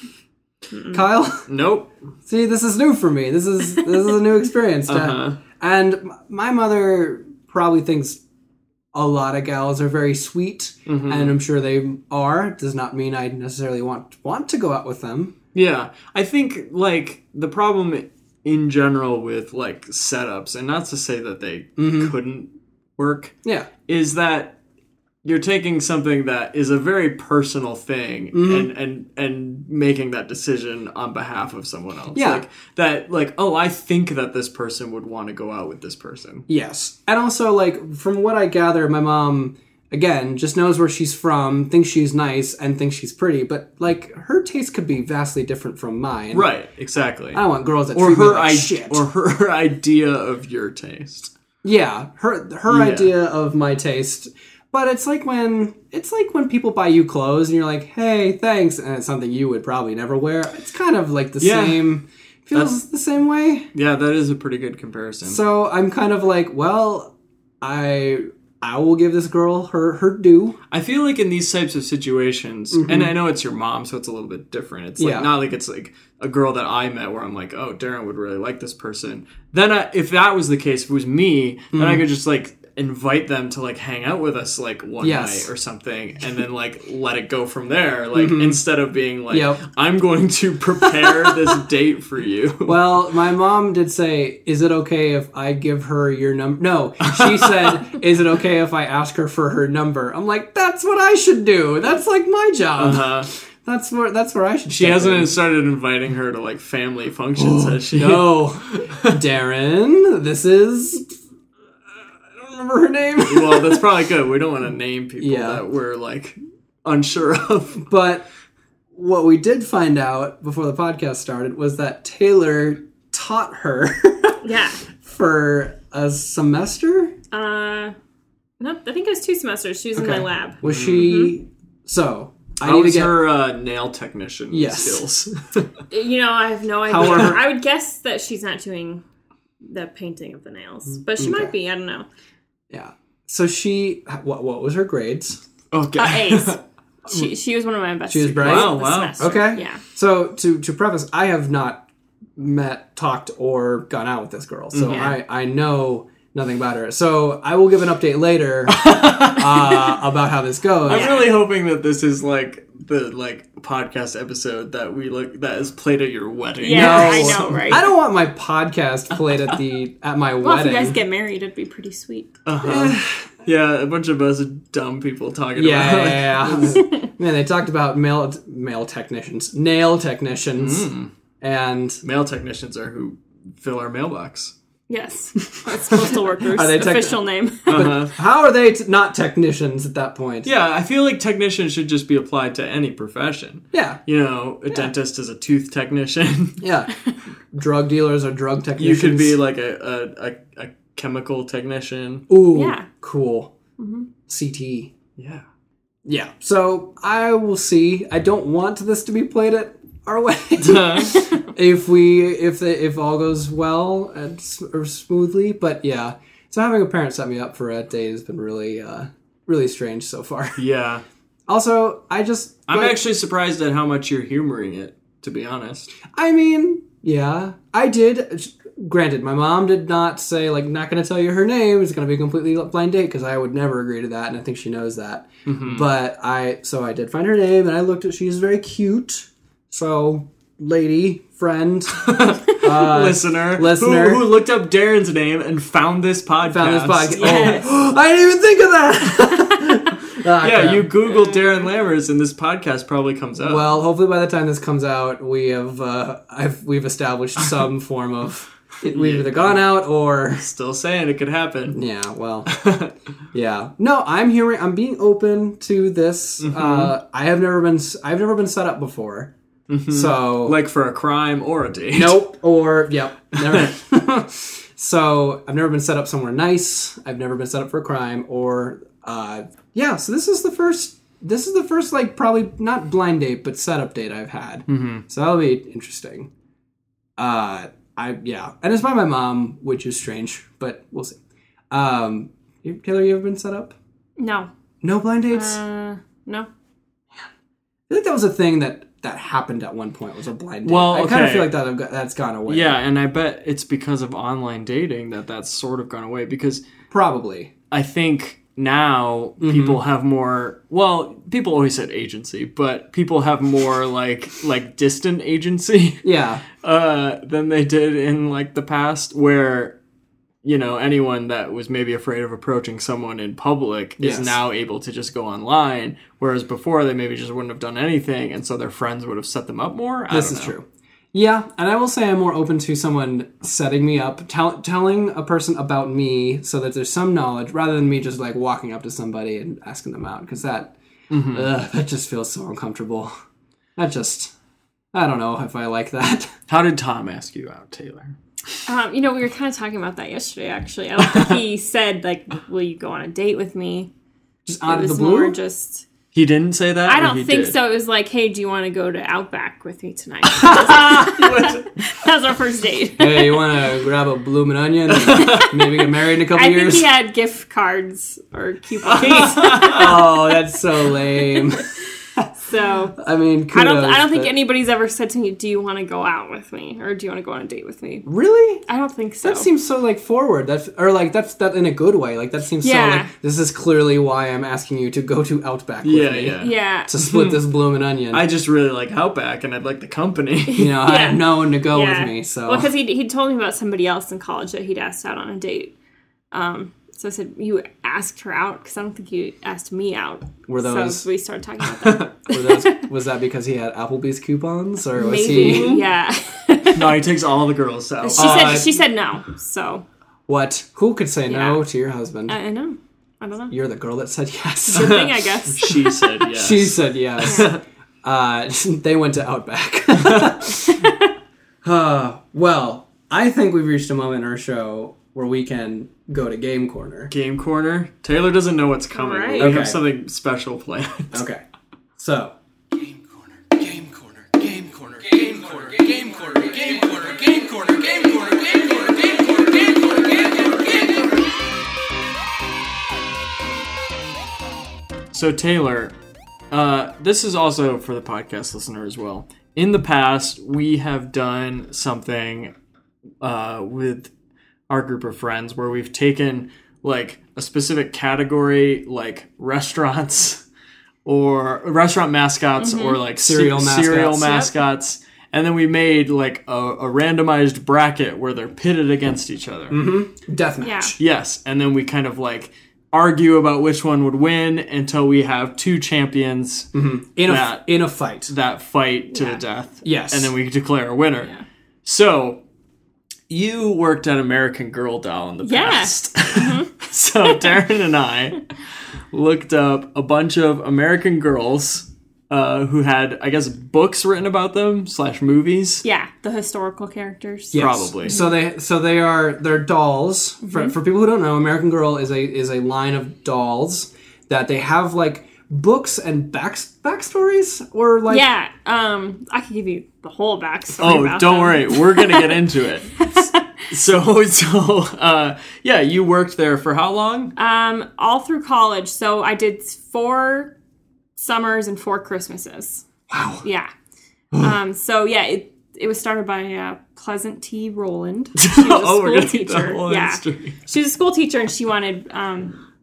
Kyle,
nope.
see, this is new for me. This is this is a new experience. to-
Uh-huh.
And m- my mother probably thinks a lot of gals are very sweet, and I'm sure they are. Does not mean I necessarily want want to go out with them.
Yeah, I think like the problem in general with like setups, and not to say that they
Mm-hmm.
couldn't work,
Yeah,
is that you're taking something that is a very personal thing
Mm-hmm.
and and and making that decision on behalf of someone else.
Yeah.
like, that like oh, I think that this person would want to go out with this person.
yes. And also, like from what I gather, my mom again just knows where she's from, thinks she's nice, and thinks she's pretty. But like her taste could be vastly different from mine.
Right, exactly.
I want girls that
or
treat me
her
like
I-
shit.
or her idea of your taste.
yeah, her her
Yeah.
idea of my taste. But it's like when it's like when people buy you clothes and you're like, "Hey, thanks," and it's something you would probably never wear. It's kind of like the
Yeah.
same feels
That's-
the same way.
Yeah, that is a pretty good comparison.
So I'm kind of like, well, I I will give this girl her her due.
I feel like in these types of situations, and I know it's your mom, so it's a little bit different. It's like
Mm-hmm. Yeah.
not like it's like a girl that I met where I'm like, oh, Darren would really like this person. Then I, if that was the case, if it was me, then
Mm-hmm.
I could just like invite them to like hang out with us like one
Yes. Mm-hmm.
night or something, and then like let it go from there. Like instead of being like,
Yep.
I'm going to prepare this date for you.
Well, my mom did say, "Is it okay if I give her your number?" No, she said, "Is it okay if I ask her for her number?" I'm like, "That's what I should do. That's like my job.
Uh,
That's where that's where I should."
she hasn't started inviting her to like family functions, has she?
No, Darren, this is. I don't remember her name,
well, that's probably good. We don't want to name people
Yeah.
that we're like unsure of.
but what we did find out before the podcast started was that Taylor taught her
Yeah.
for a semester.
Uh, no, I think it was two semesters. She was in my
Okay.
lab. Mm-hmm.
Was she? So I
How
need to
was
get.
her uh, nail technician
Yes.
skills?
Uh, You know, I have no idea.
However-
I would guess that she's not doing the painting of the nails, but she might be. I don't know.
Yeah. So she. What, what was her grades?
okay.
Uh, A's. she, she was one of my best.
She was
students
bright? Oh,
this
Wow, wow.
semester.
Okay.
Yeah.
So to to preface, I have not met, talked, or gone out with this girl, so
Yeah.
I I know nothing about her. So I will give an update later uh, about how this goes.
I'm really hoping that this is like the like podcast episode that we like that is played at your wedding.
Yeah, I know, right?
I don't want my podcast played at the at my
Well, if
wedding. Uh.
you guys get married, it'd be pretty sweet.
Yeah, a bunch of us dumb people talking
yeah,
about. like,
yeah, yeah. man, they talked about male male technicians, nail technicians,
Mm.
and
Mail technicians are who fill our mailbox.
Yes, that's postal workers.
Are they tech- Uh.
official name.
Uh-huh.
how are they t- not technicians at that point?
yeah, I feel like technicians should just be applied to any profession.
yeah,
You know, a dentist is a tooth technician.
yeah. drug dealers are drug
you
technicians.
could be like a a, a, a chemical technician.
Ooh,
Yeah.
cool. CT.
Yeah.
Yeah. So I will see. I don't want this to be played at our wedding if we if the, if all goes well and s- or smoothly. But yeah. So having a parent set me up for a date has been really uh really strange so far.
yeah.
Also, I just
I'm
like,
actually surprised at how much you're humoring it, to be honest.
I mean, yeah, I did. Granted, my mom did not say like not going to tell you her name. It's going to be a completely blind date because I would never agree to that, and I think she knows that. But I so I did find her name, and I looked at. She's very cute. So, lady friend
listener,
Uh, listener.
who, who looked up Darren's name and found this podcast.
found this podcast.
Yes.
Oh, I didn't even think of that. Ah,
Yeah,
crap.
you Google Darren Lammers and this podcast probably comes up.
Well, hopefully by the time this comes out, we have uh, I've, we've established some form of we've either gone out or
Still saying it could happen.
Yeah, well, yeah. No, I'm hearing. I'm being open to this. Uh, I have never been. s- I've never been set up before. So
Like for a crime or a date.
nope or yep. Never. so I've never been set up somewhere nice. I've never been set up for a crime or uh, yeah. So this is the first. This is the first like probably not blind date but setup date I've had. So that'll be interesting. Uh, I yeah, and it's by my mom, which is strange, but we'll see. Um, you- Taylor, you ever been set up?
No,
No blind dates.
uh, no.
I think that was a thing that that happened at one point. Was a blind date.
Well,
I kind of
okay.
feel like that I've got, that's gone away.
Yeah, and I bet it's because of online dating that that's sort of gone away because
probably.
I think now people have more well, people always said agency, but people have more like like distant agency.
Yeah,
uh, than they did in like the past, where you know anyone that was maybe afraid of approaching someone in public
Yes.
is now able to just go online, whereas before they maybe just wouldn't have done anything, and so their friends would have set them up more. I
this
don't
is
know.
true. Yeah, and I will say I'm more open to someone setting me up, tell, telling a person about me, so that there's some knowledge, rather than me just like walking up to somebody and asking them out, because that
Mm-hmm.
ugh, that just feels so uncomfortable. That just I don't know if I like that.
How did Tom ask you out, Taylor?
Um, you know, we were kind of talking about that yesterday. Actually, I don't think he said like, "Will you go on a date with me?"
Just
It
out of the
was more
blue.
just.
He didn't say that. or
I
he
don't think
did?
so. It was like, "Hey, do you want to go to Outback with me tonight?" that was our first date.
hey, you want to grab a bloomin' onion? And maybe get married in a couple
I think
years.
he had gift cards or coupons.
Oh, that's so lame.
so
I mean, kudos,
I don't. I don't think
but-
anybody's ever said to me, "Do you want to go out with me?" or "Do you want to go on a date with me?"
really.
I don't think so.
That seems so like forward. That's or like that's that in a good way. Like that seems
Yeah.
so like this is clearly why I'm asking you to go to Outback with
Yeah,
me
yeah.
yeah.
to split this bloomin' onion.
I just really like Outback, and I'd like the company.
you know, I have
Yeah.
no one to go
Yeah.
Oh, with me, so
well, because he he told me about somebody else in college that he'd asked out on a date. Um, so I said, "You asked her out?" Because I don't think you asked me out.
were those,
So we started talking about that.
were those was that because he had Applebee's coupons or was
Maybe,
he
yeah. she
no, he takes all the girls out.
Uh,
said she said no. So
what? Who could say no
Yeah. Uh,
to your husband?
I, I know. I don't know.
You're the girl that said yes.
Good thing, I guess.
Um, she said yes.
She said yes. uh, they went to Outback. uh, well, I think we've reached a moment in our show where we can go to game corner.
Game corner. Taylor doesn't know what's coming.
All right.
We
Okay.
have something special planned.
Okay. So,
Game corner, game corner, game corner, game corner, game corner, game corner, game corner, game corner, game corner, game corner, game corner, game corner, game corner.
So Taylor, uh, this is also for the podcast listener as well. In the past, we have done something uh, with our group of friends where we've taken like a specific category, like restaurants or restaurant mascots or like ce-
Mm-hmm. Cereal
cereal
mascots.
mascots, and then we made like a, a randomized bracket where they're pitted against each other.
deathmatch.
Yeah.
match.
Yes, and then we kind of like argue about which one would win until we have two champions
In a
That-
in a fight.
that fight to
Mm-hmm. Yeah.
the death.
Yes.
and then we declare a winner. So you worked at American Girl Doll in the
Yeah. Mm-hmm.
past. so Darren and I looked up a bunch of American girls uh, who had, I guess, books written about them slash movies.
Yeah, the historical characters.
Yes.
Probably.
So they so they are they're dolls. For, for people who don't know, American Girl is a is a line of dolls that they have like books and back backstories or like
Yeah, um, I could give you the whole backstory.
Oh,
about
don't
them.
worry, we're gonna get into it. so, so uh, yeah, you worked there for how long?
Um, all through college, so I did four summers and four Christmases. Wow. Yeah. um. So yeah, it it was started by uh, Pleasant T. Roland. She was a
oh,
school
we're gonna get the
teacher.
whole
yeah.
history.
She was a school teacher, and she wanted um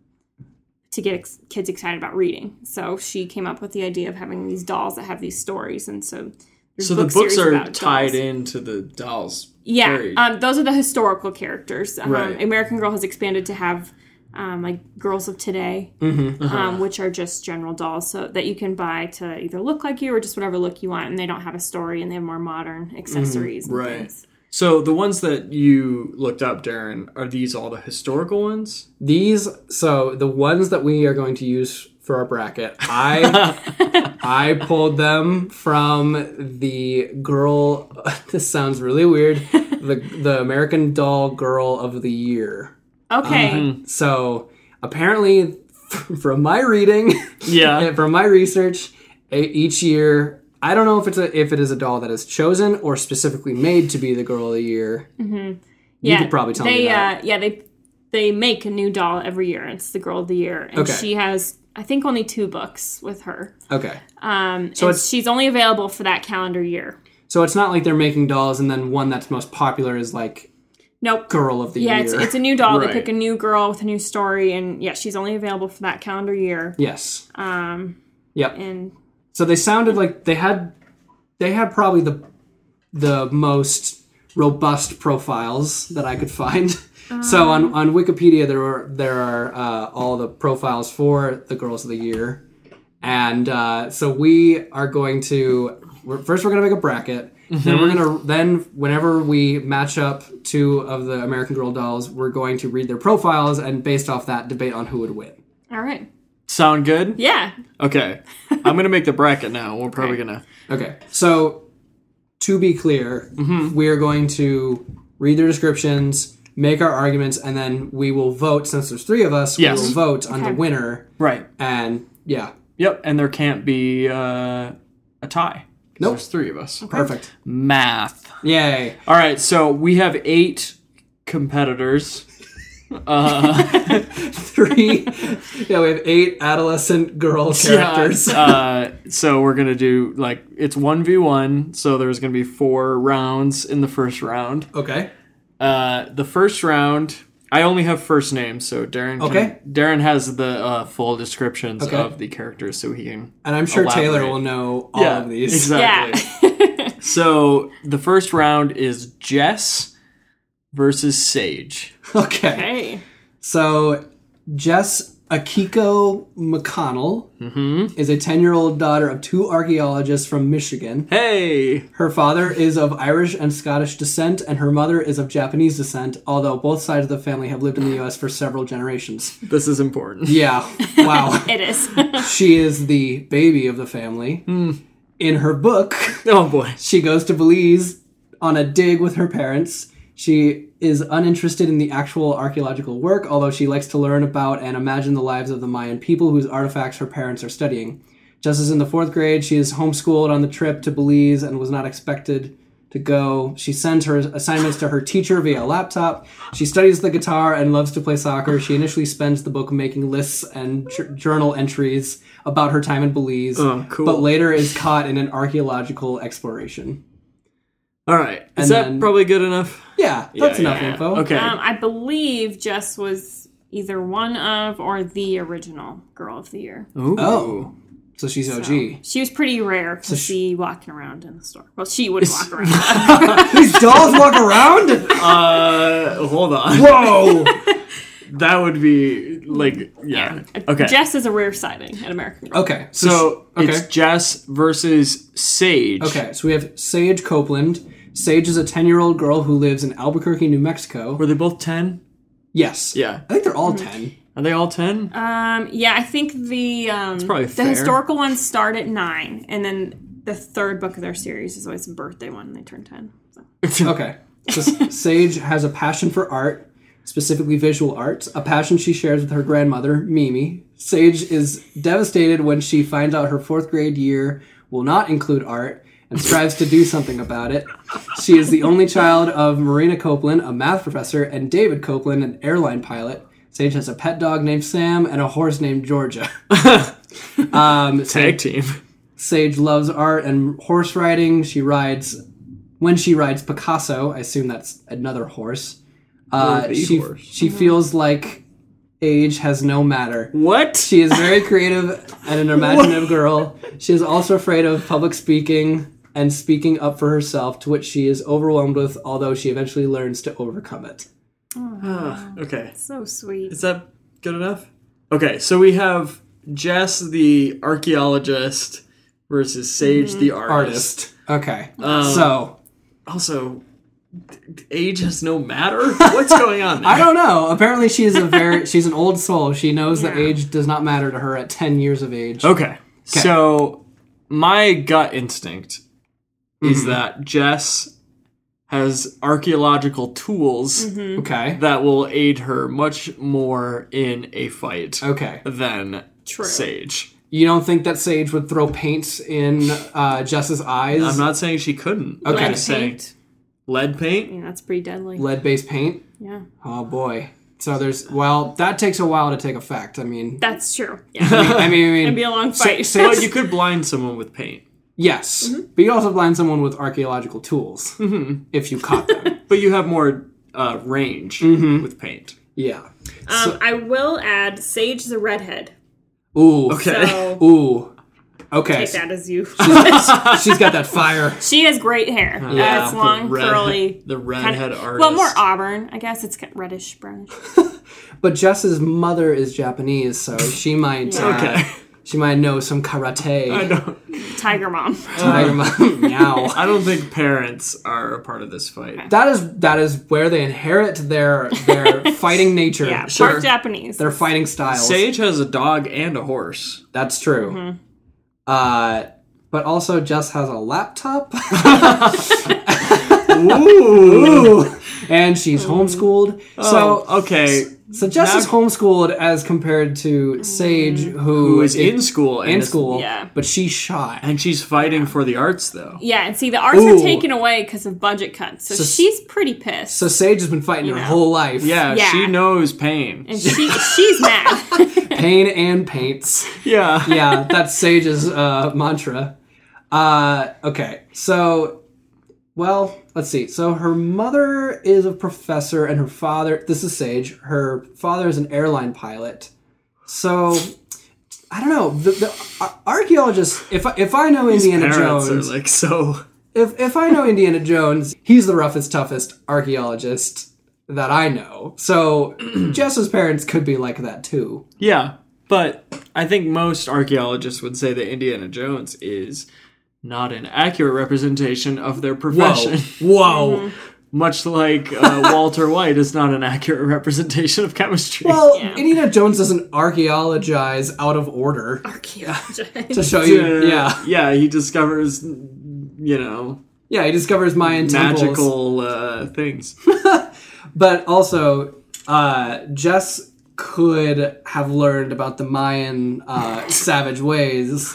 to get ex- kids excited about reading. So she came up with the idea of having these dolls that have these stories, and so. there's
So the
series
books are
about
tied
dolls.
into the dolls.
Yeah,
Very-
um, those are the historical characters. Um,
Right.
American Girl has expanded to have um, like girls of today,
Mm-hmm, uh-huh.
um, which are just general dolls, so that you can buy to either look like you or just whatever look you want, and they don't have a story and they have more modern
Mm-hmm,
accessories. and
right.
things.
So the ones that you looked up, Darren, are these all the historical ones?
These so the ones that we are going to use for our bracket, I I pulled them from the girl this sounds really weird. The the American doll girl of the year.
Okay.
Mm-hmm. So apparently from my reading
Yeah.
and from my research, e- each year I don't know if it's a, if it is a doll that is chosen or specifically made to be the girl of the year.
yeah,
could probably tell me
they,
that.
Uh, yeah, they they make a new doll every year. It's the Girl of the Year, and
Okay.
she has I think only two books with her.
Okay,
Um,
So
and
it's-
she's only available for that calendar year.
so it's not like they're making dolls and then one that's most popular is like
Nope.
girl of the
Yeah,
year.
it's, it's a new doll.
Right.
They pick a new girl with a new story, and yeah, she's only available for that calendar year.
yes.
Um,
Yep.
and
So they sounded like they had they had probably the the most robust profiles that I could find. so
Um.
on, on Wikipedia there were there are uh, all the profiles for the girls of the year, and uh, so we are going to we're, first we're going to make a bracket. Then we're gonna then whenever we match up two of the American Girl dolls, we're going to read their profiles and based off that debate on who would win.
all right,
Sound good?
yeah,
Okay. I'm gonna make the bracket now. We're probably gonna.
Okay. So, to be clear,
Mm-hmm.
we are going to read their descriptions, make our arguments, and then we will vote. Since there's three of us,
Yes.
we will vote on the
Okay.
winner.
Right.
And yeah,
Yep. And there can't be uh, a tie. 'Cause
Nope.
There's three of us.
perfect.
Math.
Yay.
All right, so we have eight competitors.
Three. yeah, we have eight adolescent girl characters.
Uh, so we're gonna do like it's one v one. So there's gonna be four rounds in the first round.
Okay.
Uh, the first round, I only have first names, so Darren. can-
Okay.
Darren has the uh, full descriptions
Okay.
of the characters, so he can.
And I'm sure Taylor
Elaborate.
will know all of these.
exactly.
yeah.
So the first round is Jess versus Sage.
Okay.
hey,
So, Jess Akiko McConnell
Mm-hmm.
is a 10 year old daughter of two archaeologists from Michigan.
Hey,
Her father is of Irish and Scottish descent, and her mother is of Japanese descent, although both sides of the family have lived in the US for several generations.
this is important.
Yeah, wow.
it is.
she is the baby of the family. In her book,
Oh boy.
she goes to Belize on a dig with her parents. She is uninterested in the actual archaeological work, although she likes to learn about and imagine the lives of the Mayan people whose artifacts her parents are studying. Just as in the fourth grade, she is homeschooled on the trip to Belize and was not expected to go. She sends her assignments to her teacher via laptop. She studies the guitar and loves to play soccer. She initially spends the book making lists and j- journal entries about her time in Belize,
Oh, cool.
but later is caught in an archaeological exploration.
All right. Is
And
that
then-
probably good enough?
Yeah, that's
Yeah,
enough
yeah.
info.
Okay.
Um, I believe Jess was either one of or the original Girl of the Year.
Ooh.
Oh, so she's OG.
She was pretty rare to see walking around in the store. Well, she would walk around.
These dolls walk around.
Uh, hold on.
Whoa!
That would be like yeah. Okay.
Jess is a rare sighting at American Girl.
Okay, so
so
Okay.
it's Jess versus Sage.
okay, so we have Sage Copeland. Sage is a ten-year-old girl who lives in Albuquerque, New Mexico.
Were they both ten?
Yes.
Yeah.
I think they're all ten.
Are they all ten?
Um, yeah, I think the um,
probably
the
fair.
historical ones start at nine, and then the third book of their series is always a birthday one. and They turn ten. So.
Okay. So Sage has a passion for art, specifically visual art, a passion she shares with her grandmother, Mimi. Sage is devastated when she finds out her fourth grade year will not include art and strives to do something about it. She is the only child of Marina Copeland, a math professor, and David Copeland, an airline pilot. Sage has a pet dog named Sam and a horse named Georgia. um,
Tag team.
Sage loves art and horse riding. She rides when she rides Picasso. I assume that's another horse. Uh,
the
she
horse.
she feels like age has no matter.
What?
She is very creative and an imaginative girl. She is also afraid of public speaking and speaking up for herself, to which she is overwhelmed with. Although she eventually learns to overcome it.
Ah, okay.
So sweet.
Is that good enough? Okay, so we have Jess the archaeologist versus Sage the artist.
Artist. Okay. so
Also, d- age has no matter. What's going on? There?
I don't know. Apparently, she is a very she's an old soul. She knows that
Yeah.
age does not matter to her at ten years of age.
Okay. So my gut instinct is
Mm-hmm.
that Jess has archaeological tools
Mm-hmm.
Okay.
that will aid her much more in a fight
Okay.
than
True.
Sage.
You don't think that Sage would throw paint in uh, Jess's eyes?
I'm not saying she couldn't. I'm
Okay.
just saying
Paint.
lead paint.
Yeah, that's pretty deadly.
Lead based paint?
Yeah,
Oh boy. So there's, well, that takes a while to take effect. I mean,
that's true. Yeah,
I mean, I mean,
it'd be a long fight.
Sa-
But
Sage-
you could blind someone with paint.
yes. But you also blind someone with archaeological tools if you caught them.
But you have more uh, range
Mm-hmm.
with paint.
yeah.
um, I will add Sage the redhead.
Ooh.
Okay.
So
Ooh. Okay.
take that as you.
She's got that fire.
she has great hair.
Yeah,
yeah, it's long,
the red,
curly.
The
kinda-
redhead artist.
Well, more auburn, I guess. It's kind of reddish, brownish.
But Jess's mother is Japanese, so she might, uh,
Okay.
she might know some karate.
I don't.
Tiger mom.
Tiger mom. Meow.
I don't think parents are a part of this fight.
That is that is where they inherit their their fighting nature.
Yeah,
Sure.
part Japanese.
Their fighting styles.
Sage has a dog and a horse.
That's true.
Mm-hmm.
Uh, but also, Jess has a laptop,
Ooh.
and she's
Mm.
homeschooled.
So
So,
Oh, okay,
so Jess
now-
is homeschooled as compared to Sage, who,
who is in school? And
in
is-
school,
Mm. Yeah.
but she's shy.
and she's fighting for the arts though.
Yeah, and see, the arts
Ooh.
are taken away because of budget cuts, so,
So-
she's pretty pissed.
So Sage has been fighting her
know.
whole life.
Yeah,
Yeah.
she knows pain.
and she she's mad.
pain and paints.
Yeah,
yeah, that's Sage's uh, mantra. Uh, okay, so, well, let's see. So her mother is a professor, and her father, this is Sage, her father is an airline pilot. So, I don't know. The, the ar- archaeologists, if, I- if I know Indiana
parents
Jones,
are like so.
if, if I know Indiana Jones, he's the roughest, toughest archaeologist that I know. So, Jess's parents could be like that too.
Yeah, but I think most archaeologists would say that Indiana Jones is not an accurate representation of their profession.
Whoa.
Much like uh, Walter White is not an accurate representation of chemistry.
Well,
Yeah.
Indiana Jones doesn't archaeologize out of order
Archaeologist.
to show you. Yeah.
yeah, he discovers, you know,
Yeah, he discovers Mayan temples.
magical uh, things.
But also, uh, Jess could have learned about the Mayan uh, savage ways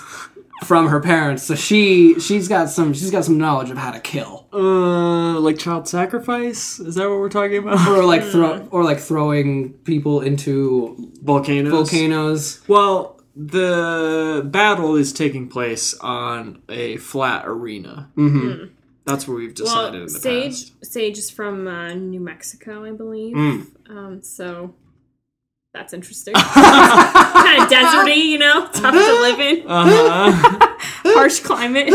from her parents, so she she's got some she's got some knowledge of how to kill,
uh, like child sacrifice? Is that what we're talking
or
about?
like throw or like throwing people into
Volcanoes.
volcanoes.
Well, the battle is taking place on a flat arena. Mm-hmm. That's what we've decided
Hmm. Well,
in the
Sage
past. Mm.
Sage is from uh, New Mexico, I believe. Um, so that's interesting. kind of deserty, you know, tough to live in,
Uh-huh.
harsh climate.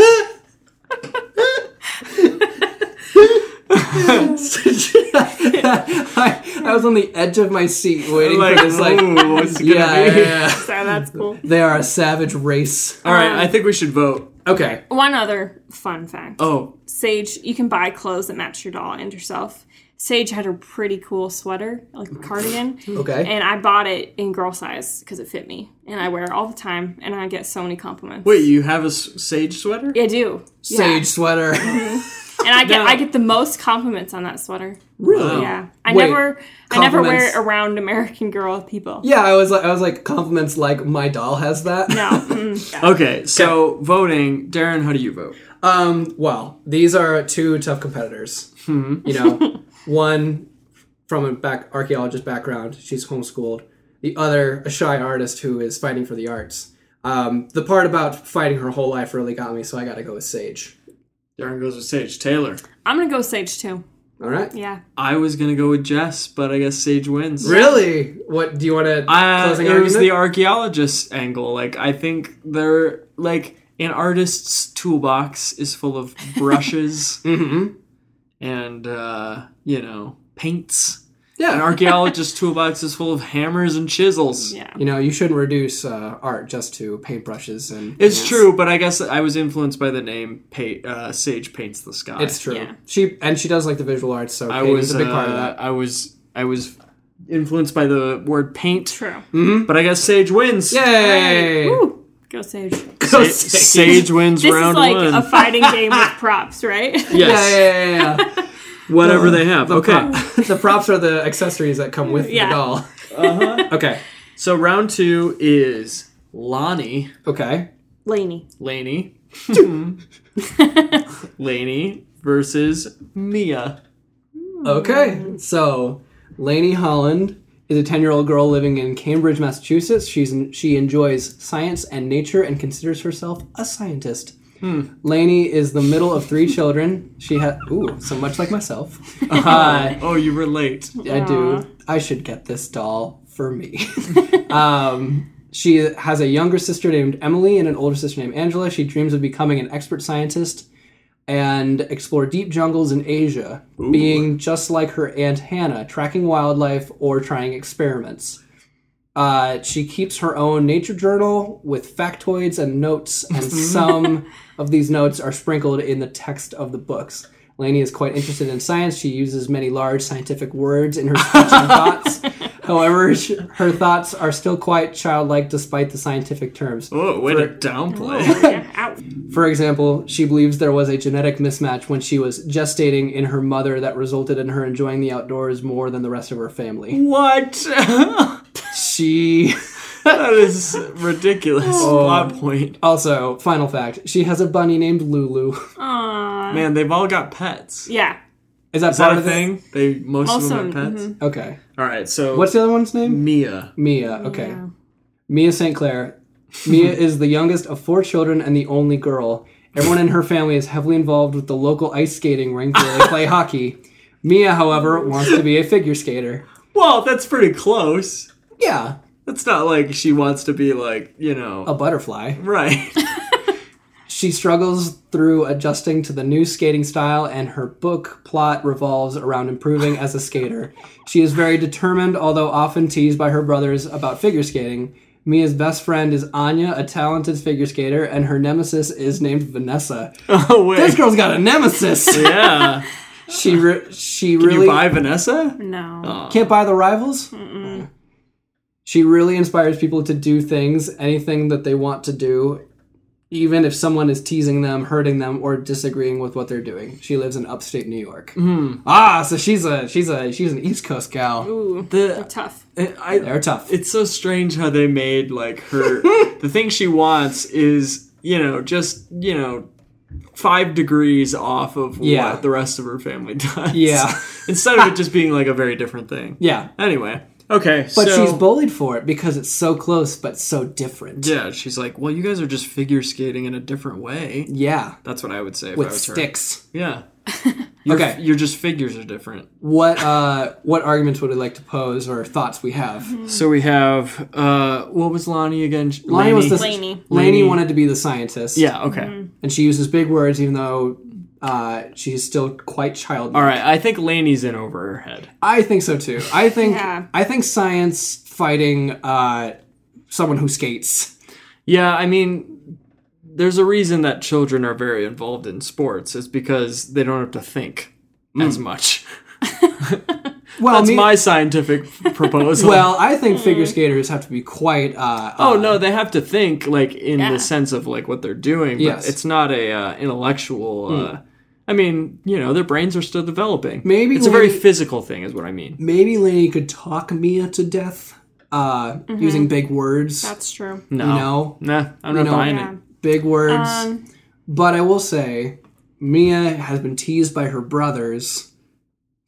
I, I was on the edge of my seat waiting
like,
for this. Like,
ooh, what's it gonna
yeah, yeah,
be?
yeah.
so that's cool.
they are a savage race.
All
Um,
right, I think we should vote.
Okay,
One other fun fact:
Oh,
Sage, you can buy clothes that match your doll and yourself. Sage had a pretty cool sweater, like a cardigan,
okay.
and I bought it in girl size because it fit me, and I wear it all the time, and I get so many compliments.
wait, you have a s- Sage sweater?
I do. Yeah. Mm-hmm.
Sage sweater.
and I get
No.
I get the most compliments on that sweater.
really?
Yeah, I
Wait,
never I never wear
compliments-
it around American girl people.
Yeah, I was like, I was like, compliments like my doll has that.
No, mm, yeah.
Okay, so voting, Darren, how do you vote?
Um, well, these are two tough competitors. Hmm, You know, one from a back archaeologist background, she's homeschooled. The other, a shy artist who is fighting for the arts. Um, the part about fighting her whole life really got me, so I got to go with Sage.
Darren goes with Sage. Taylor.
I'm gonna go Sage too.
All right.
Yeah,
I was gonna go with Jess, but I guess Sage wins.
Really? What do you want to
Uh,
closing
it was
argument?
the archaeologist angle. Like I think they're like an artist's toolbox is full of brushes
Mm-hmm.
and uh, you know paints. An
yeah.
archaeologist's toolbox is full of hammers and chisels.
yeah.
you know, you shouldn't reduce uh, art just to paintbrushes and.
It's true, but I guess I was influenced by the name pa- uh, Sage Paints the Sky.
It's true.
Yeah.
She and she does like the visual arts, so
I
painting's
was
a big part of
uh,
that.
I was I was influenced by the word paint.
True.
But I guess Sage wins.
Yay!
Woo. Go Sage.
Sa-
Go Sage.
Sage wins
This
round
is like
one.
a fighting game with props, right?
yes.
Yeah, yeah, yeah, yeah, yeah.
whatever they have. Okay.
Prop- the props are the accessories that come with
Yeah.
the doll.
Uh-huh.
Okay.
So round two is Lonnie,
Okay.
Laney.
Laney, Laney versus Mia.
Okay. So, Lainey Holland is a 10-year-old girl living in Cambridge, Massachusetts. She's she enjoys science and nature and considers herself a scientist.
Hmm.
Lainey is the middle of three children. She had ooh, so much like myself. Uh,
Oh, you relate.
I do. I should get this doll for me. um, she has a younger sister named Emily and an older sister named Angela. She dreams of becoming an expert scientist and explore deep jungles in Asia, being just like her aunt Hannah, tracking wildlife or trying experiments. Uh, she keeps her own nature journal with factoids and notes, and some of these notes are sprinkled in the text of the books. Lainey is quite interested in science. She uses many large scientific words in her speech and thoughts. However, sh her thoughts are still quite childlike despite the scientific terms.
Oh, way to downplay.
Yeah, out.
For example, she believes there was a genetic mismatch when she was gestating in her mother that resulted in her enjoying the outdoors more than the rest of her family.
what? that
She.
is ridiculous. Plot point.
Also, final fact, she has a bunny named Lulu.
Aw.
Man, they've all got pets.
Yeah.
Is that
Is
part
that a
of the-
thing? They most
Also,
of them have pets.
Okay.
All right. So
What's the other one's name?
Mia?
Mia. Okay. Mia St. Clair. Mia is the youngest of four children and the only girl. Everyone in her family is heavily involved with the local ice skating rink where they play hockey. Mia, however, wants to be a figure skater.
Well, that's pretty close.
Yeah,
That's not like she wants to be like you know.
a butterfly.
Right.
She struggles through adjusting to the new skating style, and her book plot revolves around improving as a skater. She is very determined, although often teased by her brothers about figure skating. Mia's best friend is Anya, a talented figure skater, and her nemesis is named Vanessa.
Oh wait.
This girl's got a nemesis.
yeah.
she re- she
Did
really
you buy Vanessa?
No.
Oh.
can't buy the rivals. She really inspires people to do things, anything that they want to do. even if someone is teasing them, hurting them, or disagreeing with what they're doing. She lives in upstate New York.
Mm-hmm.
Ah, so she's a she's a she's an East Coast gal.
Ooh,
The
tough.
I,
They're tough.
it's so strange how they made like her the thing she wants is you know just you know five degrees off of
Yeah.
what the rest of her family does
Yeah.
instead of it just being like a very different thing
yeah,
anyway okay
but
so,
she's bullied for it because it's so close but so different.
yeah she's like well you guys are just figure skating in a different way
Yeah,
that's what i would say if i
with
was
sticks.
her yeah Your-
Okay.
your just figures are different
What uh, what arguments would we like to pose or thoughts we have?
so we have uh what was lonnie again
Laney was the Mm-hmm.
Laney.
Laney
Laney.
wanted to be the scientist.
yeah okay
and she uses big words even though uh, she's still quite childlike.
all right i think laney's in over her head
I think so too. I think
Yeah.
I think science fighting uh, someone who skates.
Yeah, I mean, there's a reason that children are very involved in sports. It's because they don't have to think
Hmm.
as much.
Well,
That's
me-
my scientific proposal.
well, I
Hmm.
think figure skaters have to be quite. Uh, uh,
oh no, they have to think like in
Yeah.
the sense of like what they're doing. But
Yes. Hmm.
it's not a uh, intellectual. Uh, I mean, you know, their brains are still developing.
Maybe
it's a very
we-
physical thing, is what I mean.
Maybe Laney could talk Mia to death uh, using big words.
Mm-hmm. That's true.
No,
you know,
nah, I'm
you
not
know,
buying
Yeah.
it.
big words.
Um,
but I will say, Mia has been teased by her brothers.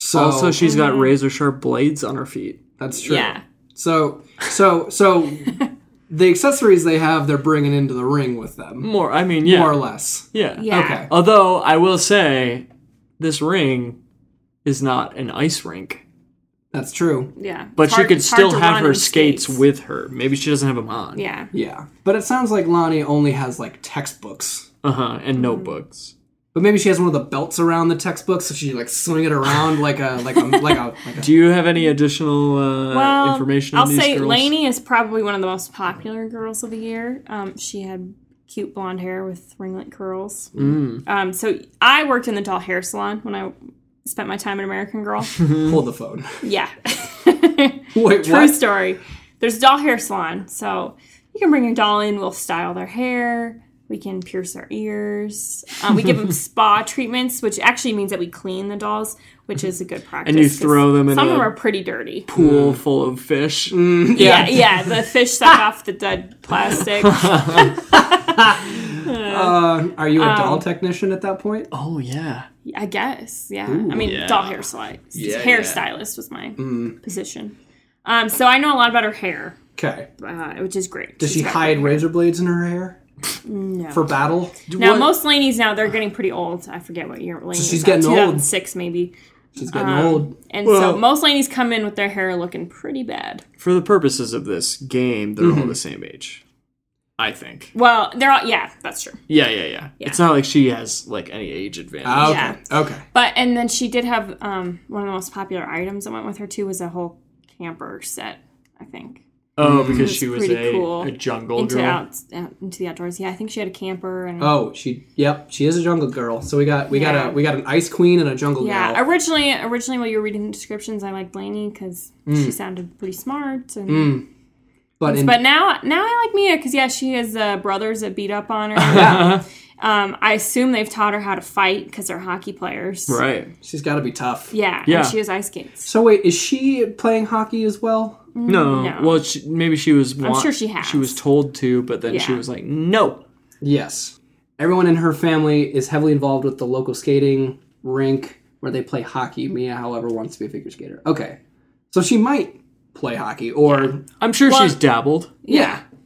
So
Also, she's got razor sharp blades on her feet.
that's true.
yeah.
So so so the accessories they have, they're bringing into the ring with them,
More, I mean, yeah,
more or less.
yeah,
Yeah.
Okay.
Although I will say, this ring is not an ice rink,
That's true.
Yeah.
but
It's hard-
she could
it's hard
still
to
have
run
her
in
skates, with her. Maybe she doesn't have them on.
Yeah.
Yeah. But it sounds like Lonnie only has like textbooks.
Uh huh.
Mm-hmm.
And notebooks.
But maybe she has one of the belts around the textbook, so she like swing it around like a like a like a like a.
Do you have any additional uh,
Well,
information?
Um, I'll
on these
say
girls?
Lainey is probably one of the most popular girls of the year. Um, she had cute blonde hair with ringlet curls.
Mm.
Um, so I worked in the doll hair salon when I spent my time at American Girl.
Hold the phone.
yeah.
Wait,
True
what?
story. There's a doll hair salon. So you can bring your doll in, we'll style their hair. We can pierce their ears. Um, we give them spa treatments, which actually means that we clean the dolls, which is a good practice.
Mm-hmm. you
'cause
throw them in
Some
a-
of them are pretty dirty.
Pool full of fish. Mm.
Yeah, yeah, the fish suck off the dead plastic.
Uh, are you
Um,
a doll technician at that point?
Oh yeah.
I guess, yeah. I mean, doll hair stylist,
Yeah,
hair
yeah.
stylist was my position. Um, so I know a lot about her hair,
Okay.
uh, which is great.
Does she
She's got
hide
great hair.
razor blades in her hair? For battle?
Now
What-
most Laneys now they're getting pretty old. I forget what year Laney.
she's getting old.
Six maybe.
She's getting
Um,
old.
And
Well-
so most Laneys come in with their hair looking pretty bad.
For the purposes of this game, they're
Mm-hmm.
all the same age. I think.
Well, they're all yeah, that's true.
Yeah, yeah, yeah, It's not like she has like any age advantage.
Ah, Okay.
Yeah.
Okay.
But and then she did have um, one of the most popular items that went with her too was a whole camper set. I think.
oh, because she was
Mm. pretty
a,
cool.
a jungle
into
girl.
out, out into the outdoors. Yeah, I think she had a camper and
Oh, she. Yep. She is a jungle girl. So we got we got
Yeah.
a we got an ice queen and a jungle
yeah.
girl.
Originally, originally while you were reading the descriptions, I liked Blaney because she sounded pretty smart. And
But in,
but now now I like Mia because yeah, she has uh, brothers that beat up on her. um, I assume they've taught her how to fight because they're hockey players.
Right.
she's got to be tough.
Yeah,
Yeah.
And she has ice skates.
So wait, is she playing hockey as well?
No.
No.
Well, she, maybe she was. I'm
sure she has.
She was told to, but then she
Yeah.
was like, "No."
Yes. Everyone in her family is heavily involved with the local skating rink where they play hockey. Mia, however, wants to be a figure skater. Okay. So she might play hockey or yeah.
I'm sure
Well-
she's dabbled.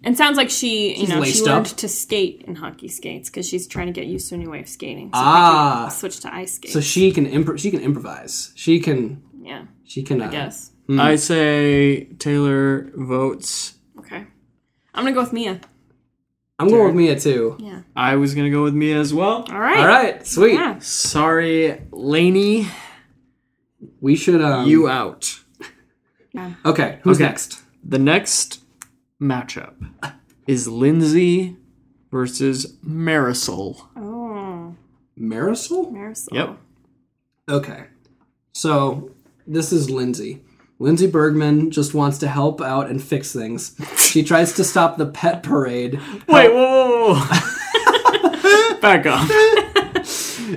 And sounds like she, you know, she
laced
learned
up.
to skate in hockey skates because she's trying to get used to a new way of skating. So
Ah.
switch to ice skates.
So she can impro- she can improvise. She can
yeah,
she can uh,
yes.
I say Taylor votes.
Okay, I'm gonna go with Mia.
I'm going with Mia too.
Yeah.
I was gonna go with Mia as well.
All right.
All right, sweet.
Yeah.
Sorry, Laney,
We should um
you out.
Okay, who's
Okay.
next?
The next matchup is Lindsay versus Marisol.
Oh,
Marisol?
Marisol.
Yep.
Okay. So this is Lindsay. Lindsay Bergman just wants to help out and fix things. She tries to stop the pet parade.
Wait, whoa, whoa, whoa. Back off.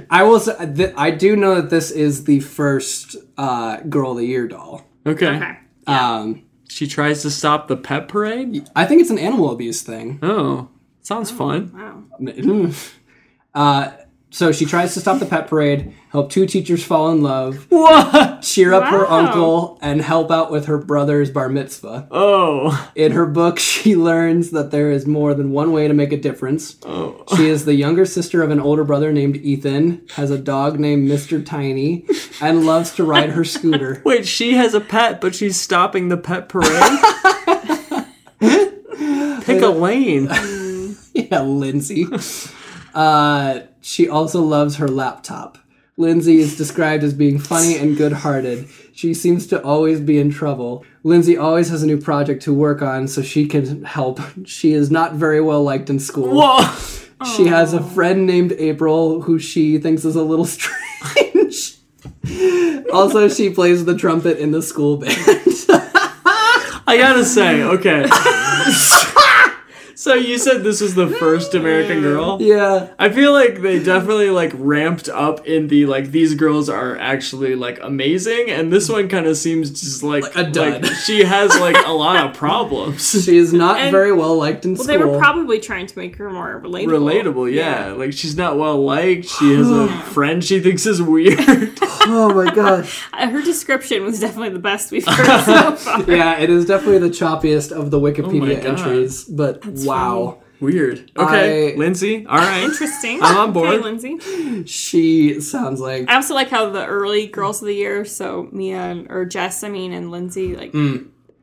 I will. Say, th- I do know that this is the first uh, girl of the year doll.
Okay.
Okay.
Um,
She tries to stop the pet parade.
I think it's an animal abuse thing.
Oh, sounds fun.
Wow.
Uh, so she tries to stop the pet parade, help two teachers fall in love,
What?
cheer up her
Wow.
uncle, and help out with her brother's bar mitzvah.
Oh,
In her book, she learns that there is more than one way to make a difference.
Oh.
She is the younger sister of an older brother named Ethan, has a dog named Mr. Tiny, and loves to ride her scooter.
wait. She has a pet, but she's stopping the pet parade. Pick a lane.
Yeah, Lindsay. Uh, she also loves her laptop. Lindsay is described as being funny and good hearted. She seems to always be in trouble. Lindsay always has a new project to work on so she can help. She is not very well liked in school.
Whoa.
She has a friend named April who she thinks is a little strange. also, she plays the trumpet in the school band.
I gotta say, okay. so you said this was the first American Girl.
yeah.
I feel like they definitely like ramped up in the like these girls are actually like amazing, and this one kind of seems just like,
a dud.
like, she has like a lot of problems.
She is not
And-
very well liked in
Well,
school.
they were probably trying to make her more relatable.
Relatable, yeah. Like she's not well liked. She has a friend she thinks is weird.
oh my gosh.
Uh, Her description was definitely the best we've heard so far.
Yeah, it is definitely the choppiest of the Wikipedia
God.
entries, but wow.
weird. Okay,
I-
Lindsay. All right.
Interesting.
I'm on board.
Okay, Lindsay.
She sounds like
I also like how the early girls of the year, so Mia and, or Jess, I mean, and Lindsay, like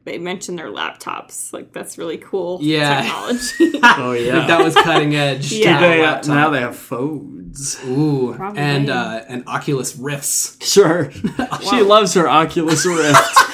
they mentioned their laptops. Like that's really cool
Yeah.
technology.
Oh yeah.
that was cutting edge. to
Yeah.
the
They, uh,
laptop.
now they have phones.
Ooh,
Probably.
and uh, and Oculus Rifts.
Sure. she loves her Oculus Rift.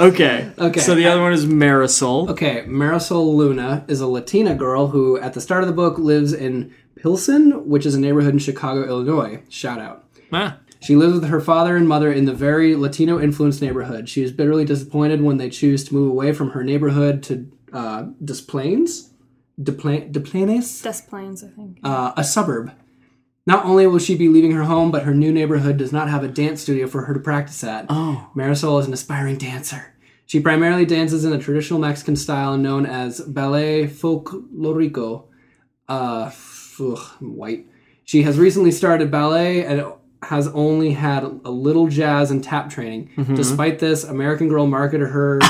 okay.
Okay.
So the other one is Marisol.
Okay, Marisol Luna is a Latina girl who, at the start of the book, lives in Pilsen, which is a neighborhood in Chicago, Illinois. Shout out.
Ah.
She lives with her father and mother in the very Latino influenced neighborhood. She is bitterly disappointed when they choose to move away from her neighborhood to uh, Des Plaines? Des Pla- Des Plaines?
Dust planes, I think.
uh, a suburb. Not only will she be leaving her home, but her new neighborhood does not have a dance studio for her to practice at.
Oh.
Marisol is an aspiring dancer. She primarily dances in a traditional Mexican style known as ballet folklorico. Uh, f- ugh, I'm white. She has recently started ballet and has only had a little jazz and tap training. Despite this, American Girl marketed her.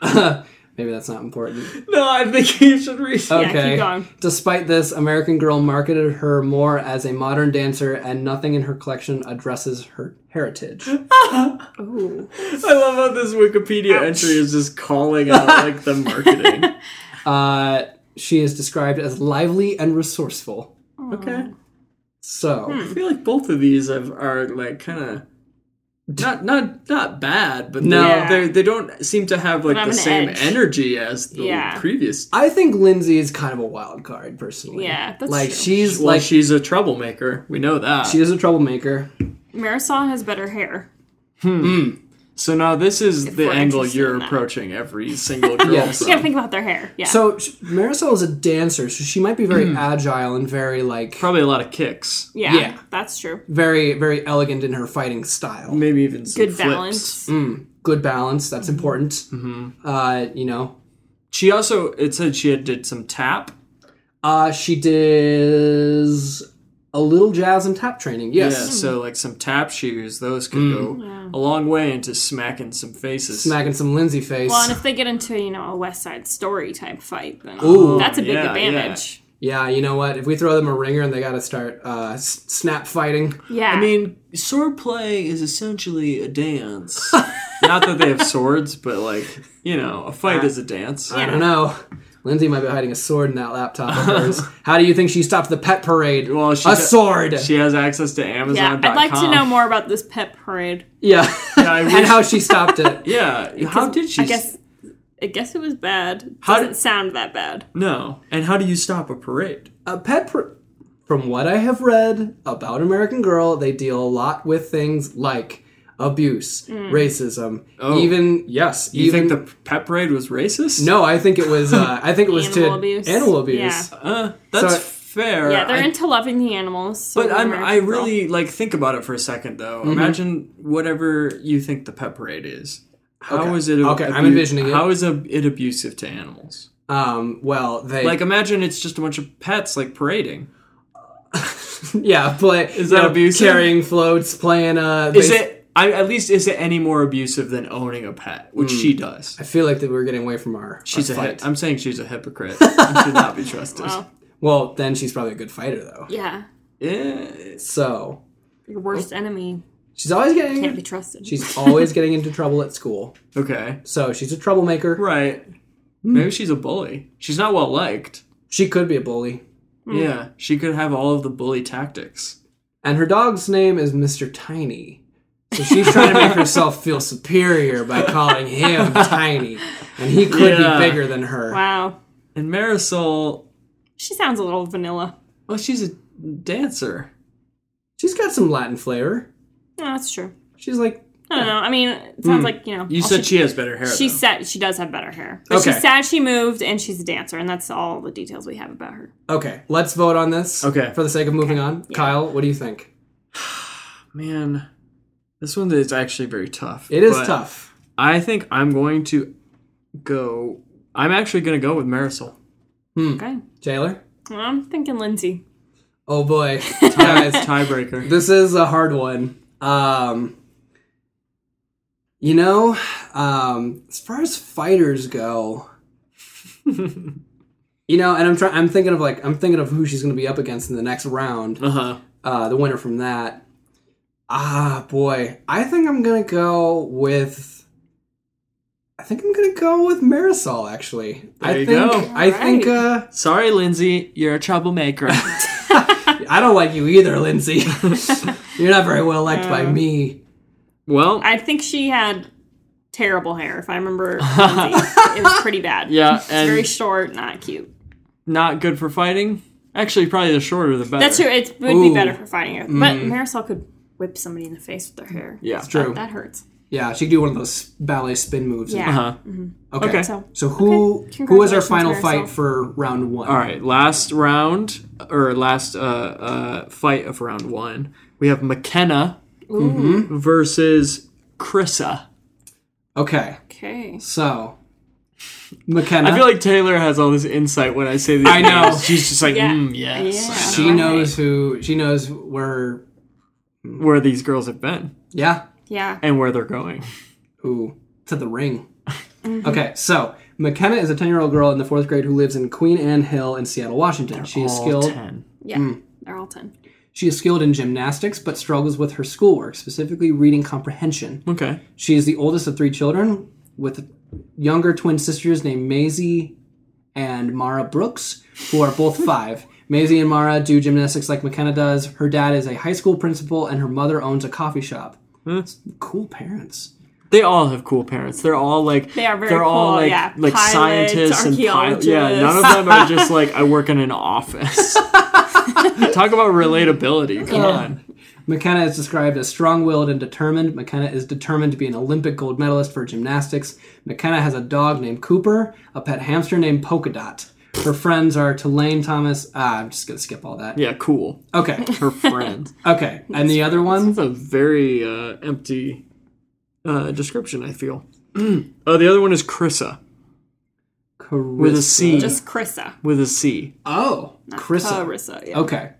Maybe that's not important.
No, I think you should read.
Yeah, keep going.
Despite this, American Girl marketed her more as a modern dancer, and nothing in her collection addresses her heritage.
Hmm. Ooh.
I love how this Wikipedia entry is just calling out like the marketing.
Uh, she is described as lively and resourceful.
Okay.
So,
I
Hmm.
feel like both of these have, are like kind of not not not bad, but
No.
no, they they don't seem to have like
Have
the
an
same
edge.
energy as the
Yeah.
previous.
I think Lindsay is kind of a wild card, personally.
Yeah, that's
like
true.
she's
Well,
like
she's a troublemaker. We know that.
she is a troublemaker.
Marisol has better hair.
So now this is the
we're
angle
interested
you're
in that.
approaching every single girl.
Yes.
You gotta think about their hair. Yeah.
So sh- Marisol is a dancer, so she might be very agile and very like
Probably a lot of kicks.
yeah,
yeah.
that's true.
very very elegant in her fighting style.
Maybe even some
Good
flips.
balance.
Good balance, that's important. Mm-hmm. Uh, you know,
She also it said she had did some tap.
Uh, she did a little jazz and tap training.
Yeah.
Yes,
So like some tap shoes, those could go a long way into smacking some faces.
smacking some Lindsay face.
Well, and if they get into you know a West Side Story type fight, then
Ooh,
that's a big
yeah, yeah.
advantage.
yeah, you know what? If we throw them a ringer and they got to start uh, s- snap fighting,
Yeah.
I mean, swordplay is essentially a dance. Not that they have swords, but like you know, a fight is a dance.
I don't know. Lindsay might be hiding a sword in that laptop of hers. How do you think she stopped the pet parade?
Well, she
a
d-
sword.
She has access to
yeah.
Amazon.com.
I'd like to know more about this pet parade.
yeah,
I
and
wish-
how she stopped it.
Yeah, how did she?
I guess. I guess it was bad. It
How
doesn't
did-
sound that bad.
no. And how do you stop a parade?
a pet par- from what i have read about american girl they deal a lot with things like abuse,
Mm.
racism,
Oh.
even yes,
You
even
think the pep parade was racist?
no, I think it was uh, I think it was to
Animal abuse.
animal abuse.
Yeah.
Uh, that's
So-
fair.
Yeah, they're
I-
into loving the animals. so
But
they're
I'm, I
American girl.
really like think about it for a second though.
Mm-hmm.
Imagine whatever you think the pet parade is. How
Okay.
is it?
Okay, I'm envisioning it.
How is a, it abusive to animals?
Um, well, they
Like imagine it's just a bunch of pets like parading.
yeah, play is
that abusive?
Carrying floats, playing uh
Is
base-
it? I, at least is it any more abusive than owning a pet, which she does?
I feel like that we're getting away from our
She's
our
a.
Hmm. fight.
Hip, I'm saying she's a hypocrite. and should not be trusted.
Wow.
Well, then she's probably a good fighter though.
Yeah.
Eh,
So
Your
Oh.
worst enemy
she's always getting
can't be trusted.
she's always getting into trouble at school.
okay.
So she's a troublemaker.
Right.
Hmm.
Maybe she's a bully. She's not well liked.
She could be a bully.
Hmm.
Yeah. She could have all of the bully tactics.
And her dog's name is Mr. Tiny. So she's trying to make herself feel superior by calling him Tiny. And he could
Yeah.
be bigger than her.
wow.
And Marisol,
She sounds a little vanilla.
well, she's a dancer.
She's got some Latin flavor.
No, that's true.
She's like,
I don't know. I mean, it sounds like you know.
Hmm. You
all
said she, has better hair.
She's
though.
sad. She does have better hair. But
Okay.
She's sad she moved, and she's a dancer, and that's all the details we have about her.
okay, let's vote on this.
Okay.
For the sake of moving on. Kyle, what do you think?
man. This one is actually very tough.
It is
but
tough.
I think I'm going to go. I'm actually going to go with Marisol. Hmm.
Okay.
Taylor?
Well, I'm thinking Lindsay.
Oh boy. Guys,
Tiebreaker.
this is a hard one. Um, you know, um, as far as fighters go, you know, and I'm trying. I'm thinking of like I'm thinking of who she's going to be up against in the next round.
Uh huh.
Uh, the winner from that. Ah, boy, I think I'm gonna go with. I think I'm gonna go with Marisol. Actually, I
There you
think
go.
I think
All
uh,
Sorry, Lindsay. You're a troublemaker.
I don't like you either, Lindsay. You're not very well liked by me.
well,
I think she had terrible hair. If I remember, Lindsay. it was pretty bad.
yeah,
It's very
and
short, not cute.
not good for fighting. Actually, probably the shorter the better. Mm-hmm.
That's true. It would
Ooh.
be better for fighting it, but Marisol could whip somebody in the face with their hair.
Yeah.
true.
That hurts.
Yeah, she could do one of those ballet spin moves.
Yeah.
Uh huh.
Okay.
Okay.
So
So who
Okay.
who was our
Congratulations,
final
Marisol.
fight for round one?
All right, last round or last uh, uh, fight of round one, we have McKenna versus Chrissa.
Okay.
okay.
So McKenna.
I feel like Taylor has all this insight when I say these.
I know.
names. she's just like,
Yeah.
mm, yes,
Yeah.
she knows who she knows where.
where these girls have been
Yeah.
Yeah.
and where they're going.
Who to the ring? Mm-hmm. Okay. So McKenna is a ten year old girl in the fourth grade who lives in Queen Anne Hill in Seattle, Washington. She is
All
skilled.
ten.
Yeah.
Mm.
They're all ten.
She is skilled in gymnastics, but struggles with her schoolwork, specifically reading comprehension.
Okay,
She is the oldest of three children, with younger twin sisters named Maisie and Mara Brooks, who are both five. Maisie and Mara do gymnastics like McKenna does. Her dad is a high school principal, and her mother owns a coffee shop.
Hmm.
Cool parents.
they all have cool parents. They're all like
They are very
they're all
cool,
like
yeah.
like
Pilots,
scientists and pilots. Yeah, none of
archaeologists.
them are just like I work in an office. Talk about relatability. Come on.
McKenna is described as strong willed and determined. McKenna is determined to be an Olympic gold medalist for gymnastics. McKenna has a dog named Cooper, a pet hamster named Polka Dot. Her friends are Tulane Thomas. Ah, I'm just going to skip all that.
Yeah, cool.
Okay.
Her friend.
Okay. And the other one?
That's a very uh, empty uh, description, I feel. Oh, the other one is Chrissa with a
Carissa.
C.
Just Chrissa.
with a C.
Oh, Chrissa.
Carissa. Yeah.
Okay.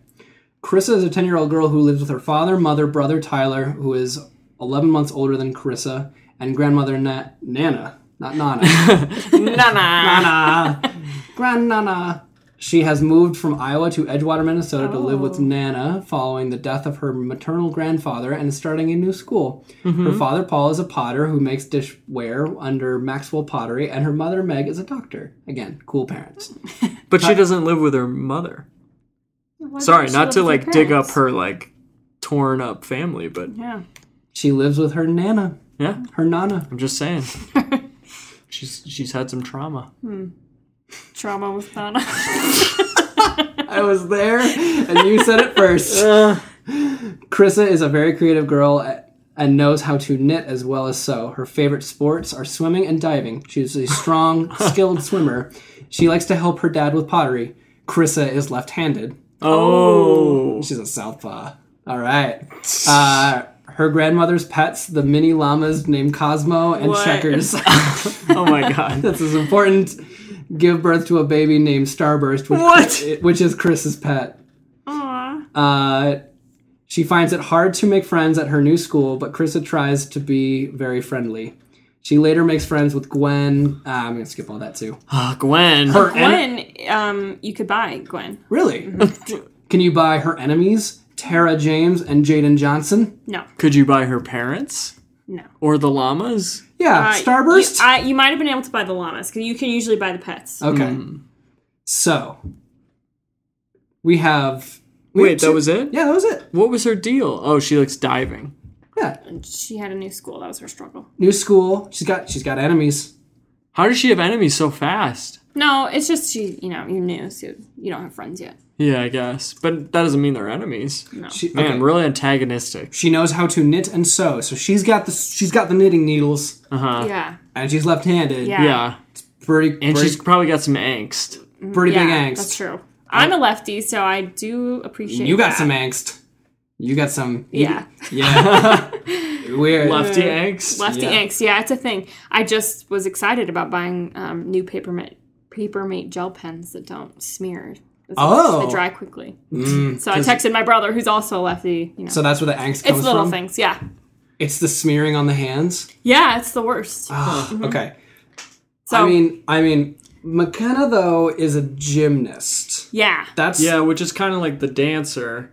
Carissa is a 10 year old girl who lives with her father, mother, brother Tyler, who is 11 months older than Carissa, and grandmother Na- Nana. Not Nana.
Oh,
Nana.
Nana. Grandnana. She has moved from Iowa to Edgewater, Minnesota to live with Nana following the death of her maternal grandfather and is starting a new school. Her father, Paul, is a potter who makes dishware under Maxwell Pottery, and her mother, Meg, is a doctor. Again, cool parents.
But she doesn't live with her mother. Sorry, not to like dig up her like torn up family, but
Yeah.
She lives with her Nana.
yeah,
Her Nana.
I'm just saying. she's she's had some trauma.
Trauma with Nana.
I was
Uh.
there, and you said it first. Krissa is a very creative girl a- and knows how to knit as well as sew. Her favorite sports are swimming and diving. She's a strong, skilled swimmer. She likes to help her dad with pottery. Krissa is left-handed.
Oh.
She's a southpaw. All right. Uh, her grandmother's pets, the mini llamas named Cosmo and
What?
Checkers.
Oh my god.
this is important. Give birth to a baby named Starburst, which,
What?
which is Chris's pet.
Aw.
Uh, she finds it hard to make friends at her new school, but Krissa tries to be very friendly. She later makes friends with Gwen. Uh, I'm gonna skip all that too.
Ah, Gwen.
Her en-
Gwen, um, you could buy Gwen.
really? Can you buy her enemies, Tara James and Jaden Johnson?
No,
Could you buy her parents
no.
or the llamas?
Yeah,
Uh,
Starburst.
You, I, you might have been able to buy the llamas because you can usually buy the pets.
okay,
Hmm.
so we have. we
Wait,
have
that
two-
was it?
Yeah, that was it.
What was her deal? Oh, she likes diving.
Yeah,
She had a new school. That was her struggle.
new school. She's got she's got enemies.
How does she have enemies so fast?
No, it's just she. You know, you're new, so you don't have friends yet.
Yeah, I guess. But that doesn't mean they're enemies.
She,
Man,
okay.
really antagonistic.
she knows how to knit and sew, so she's got the she's got the knitting needles,
yeah,
and she's left-handed.
yeah,
Yeah.
pretty,
And
pretty,
she's probably got some angst.
pretty
Yeah,
big angst. Uh,
That's true. I'm a lefty, so I do appreciate.
You got
that.
some angst. You got some. you-
Yeah,
yeah. Weird.
Uh,
Lefty angst.
lefty
Yeah.
angst. Yeah, it's a thing. I just was excited about buying um, new papermate papermate gel pens that don't smear. It's-
Oh. Mm,
they dry quickly. so I texted my brother, who's also a lefty. You know,
So that's where the angst comes
it's little
from.
things. Yeah,
It's the smearing on the hands.
yeah, it's the worst.
Okay.
Mm-hmm. so
Uh, I mean, I mean, McKenna though is a gymnast.
yeah,
That's
Yeah, which is kind of like the dancer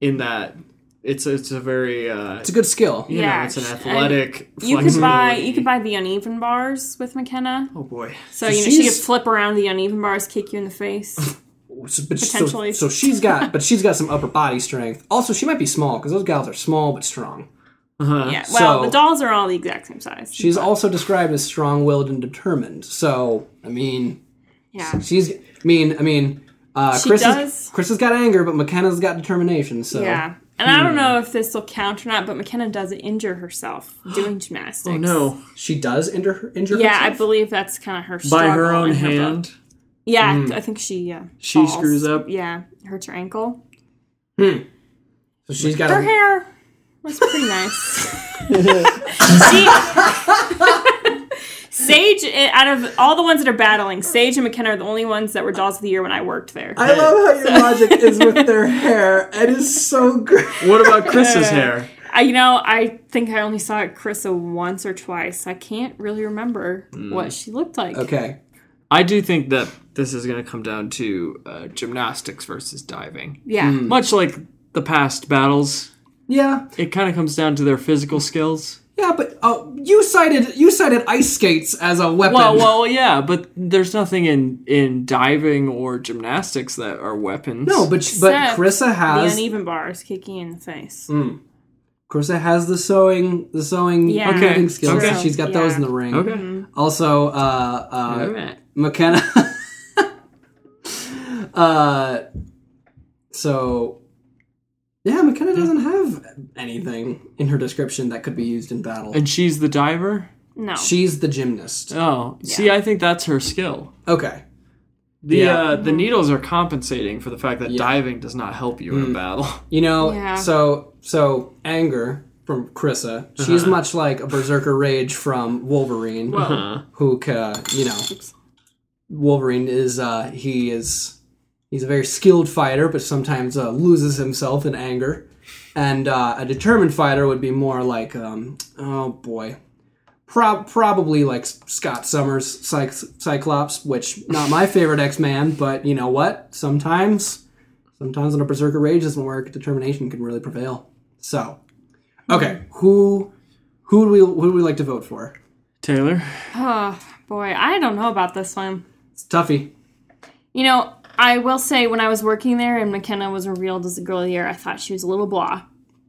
in that it's it's a very uh
It's a good skill.
you
Yeah,
know, it's an
and
athletic
you could buy
flexibility.
you could buy the uneven bars with McKenna.
Oh boy.
So you know she could
she's-
flip around the uneven bars, kick you in the face.
Uh-huh.
So- but- so-
Potentially.
So, she's got, but she's got some upper body strength. Also, she might be small because those gals are small but strong.
yeah. Well,
So-
the dolls are all the exact same size.
She's also described as strong-willed and determined. So, I mean,
yeah.
she's. I mean, I mean, uh,
She
Chris,
does.
Has, Chris has got anger, but McKenna's got determination. So,
Yeah. And I
Hmm.
don't know if this will count or not, but McKenna does injure herself doing gymnastics.
Oh no.
She does injure her. Injure
Yeah, I
herself?
believe that's kind of her.
By
struggle
her own
in book.
hand. Hmm.
Yeah, I think she. Uh,
She screws up.
Yeah, hurts her ankle.
So she's got
Her
a,
hair was pretty nice. she, Sage, eh, out of all the ones that are battling, Sage and McKenna are the only ones that were dolls of the year when I worked there.
I love how your logic is with their hair. It is so great.
What about Chris's hair?
I, you know, I think I only saw it Carissa once or twice. I can't really remember what she looked like.
Okay.
I do think that this is going to come down to uh, gymnastics versus diving.
Yeah.
Hmm.
Much like the past battles,
Yeah.
it kind of comes down to their physical skills.
Yeah, but oh, you cited you cited ice skates as a weapon.
Well, well, yeah, but there's nothing in in diving or gymnastics that are weapons.
No, but she- but
Except
Carissa
The
has
uneven bars kicking in the face.
Hmm. Carissa has the sewing the sewing
Yeah.
knitting
Okay,
skills.
okay.
She's got those
Yeah.
in the ring.
okay.
Also, uh, uh,
All right.
McKenna. uh, so, yeah, McKenna doesn't have anything in her description that could be used in battle.
And she's the diver.
No.
She's the gymnast.
Oh, see, I think that's her skill.
Okay.
The
Yeah.
uh, the needles are compensating for the fact that diving does not help you
Hmm.
in a battle.
You know,
Yeah.
so so anger from Krissa. She's much like a berserker rage from Wolverine, who ca, you know, Wolverine is uh, he is he's a very skilled fighter, but sometimes uh, loses himself in anger. And uh, a determined fighter would be more like, um, oh boy, Pro- probably like Scott Summers, Cy- Cyclops, which not my favorite X Man, but you know what? Sometimes, sometimes when a Berserker rage doesn't work, determination can really prevail. So,
Hmm.
okay, who who do we who do we like to vote for?
Taylor,
Oh, boy. I don't know about this one.
It's Tuffy.
You know, I will say when I was working there and McKenna was revealed as the girl of the year, I thought she was a little blah.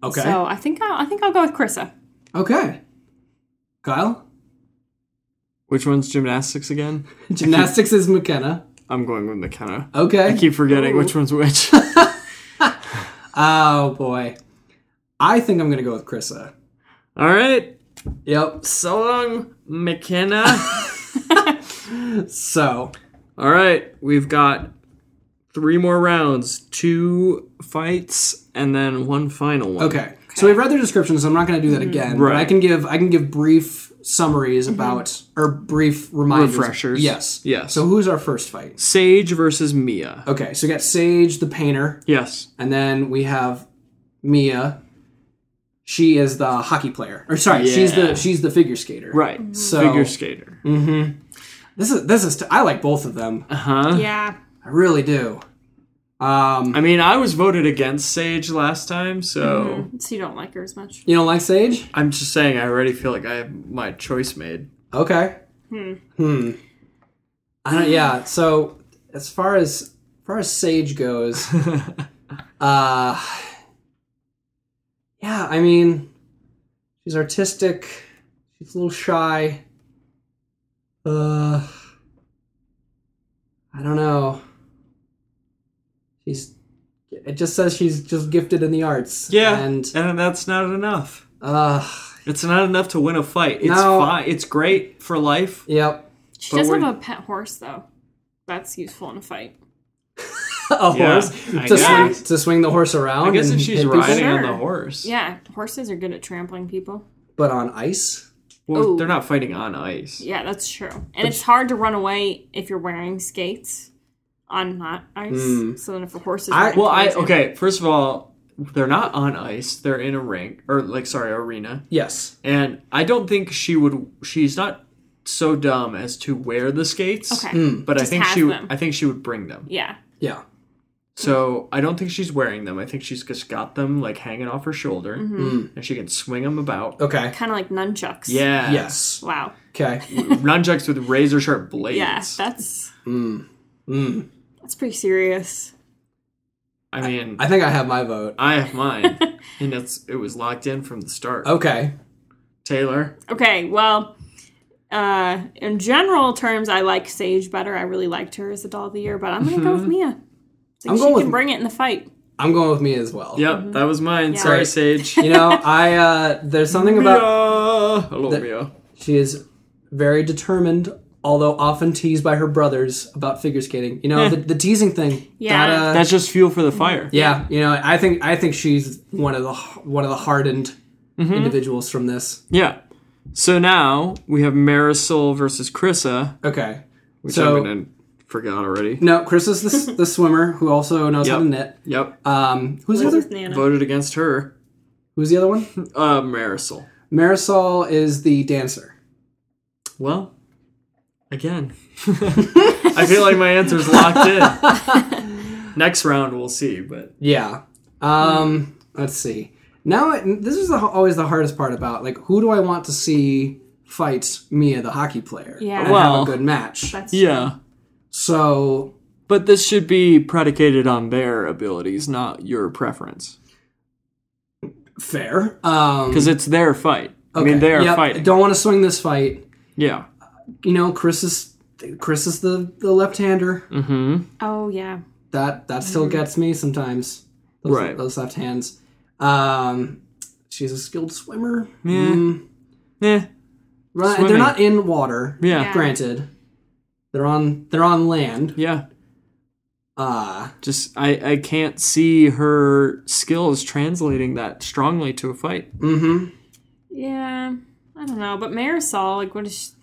Okay,
So I think I'll, I think I'll go with Carissa.
okay, Kyle.
which one's gymnastics again?
Gymnastics is McKenna.
I'm going with McKenna. I
Okay.
keep forgetting which one's which.
Oh boy, I think I'm gonna go with Krissa.
All right.
Yep.
So long, McKenna.
So
All right, we've got three more rounds, two fights, and then one final one.
okay. So we've read their descriptions. So I'm not going to do that again. But I
Mm-hmm. Right. Mm-hmm.
can give I can give brief summaries about or brief reminders.
Refreshers.
Yes.
Yes.
So who's our first fight?
Sage versus Mia.
Okay. So we got Sage the painter,
Yes.
and then we have Mia. She is the hockey player, or sorry, she's
Yeah.
the she's the figure skater.
Right.
So
Figure skater.
this is this is t- I like both of them.
Uh huh.
Yeah.
I really do. Um,
I mean, I was voted against Sage last time, so
Mm-hmm.
So you don't like her as much.
you don't like Sage?
I'm just saying I already feel like I have my choice made.
Okay. Hmm. I don't, yeah. So as far as, as far as Sage goes, uh, yeah. I mean, she's artistic. She's a little shy. Uh, I don't know. She's. It just says she's just gifted in the arts.
Yeah.
And
and that's not enough.
uh,
It's not enough to win a fight. It's
No.
fine. It's great for life.
yep.
She
But
does have
we're-
a pet horse though. That's useful in a fight.
a
Yeah,
horse
I
to swing,
guess.
to swing the horse around.
I guess if
and
she's
hit people.
riding on the
Sure.
horse.
Yeah, horses are good at trampling people.
but on ice.
Well,
Ooh.
they're not fighting on ice.
Yeah, that's true. And it's hard to run away if you're wearing skates on not ice. So then if a horse is
Hmm. I
running
well, I
towards you-
okay. First of all, they're not on ice. They're in a rink or like sorry, arena.
Yes,
And I don't think she would. She's not so dumb as to wear the skates.
Okay.
Hmm.
Mm.
But I
Just
think
has
she.
them.
I think she would bring them.
Yeah.
yeah,
So I don't think she's wearing them. I think she's just got them like hanging off her shoulder,
Mm-hmm.
Hmm.
and she can swing them about.
okay,
Kind of like nunchucks.
Yeah.
Oh, yes,
Wow.
okay,
Nunchucks with razor sharp blades.
Yeah, that's
Hmm.
that's pretty serious.
I mean,
I think I have my vote.
I have mine, and that's it was locked in from the start.
Okay,
Taylor.
Okay, well, uh, in general terms, I like Sage better. I really liked her as the doll of the year, but I'm gonna go with Mia.
Mm-hmm. I'm
Like
going
she can
with-
bring it in the fight.
I'm going with me as well.
Yep,
Mm-hmm.
that was mine.
Right.
Sorry, Sage.
You know, I uh, there's something about uh,
Mia. Hello,
The-
Mia.
she is very determined, although often teased by her brothers about figure skating. You know, the, the teasing thing.
Yeah.
that, uh,
That's just fuel for the fire.
yeah. You know, I think I think she's one of the one of the hardened
Mm-hmm.
individuals from this.
Yeah. So now we have Marisol versus Chrissa,
Okay,
which
so.
I'm gonna forgot already.
no, Chris is the, s- the swimmer who also knows how to
Yep.
knit.
Yep.
Um, who's the
This
other?
is Nana.
Voted against her.
Who's the other one?
Uh, Marisol.
Marisol is the dancer.
Well, again, I feel like my answer's locked in. Next round we'll see, but
Yeah. Um, let's see. Now, it- this is the, always the hardest part about like who do I want to see fight Mia, the hockey player,
Yeah.
and have a
Well-
good match.
That's
yeah.
So
But this should be predicated on their abilities, not your preference,
fair. Um,
because it's their fight. I mean,
okay.
they are
Yep.
fighting.
Don't want to swing this fight.
Yeah.
You know, Chris is Chris is the the left hander.
Mm-hmm.
Oh yeah.
That that still gets me sometimes. Those,
Right.
Those left hands. Um, she's a skilled swimmer.
Yeah.
Mm.
Yeah.
Right,
Swimming.
they're not in water.
Yeah.
Granted, they're on they're on land.
Yeah.
Uh
Just I I can't see her skills translating that strongly to a fight.
hmm
Yeah. I don't know, but Marisol, like, what is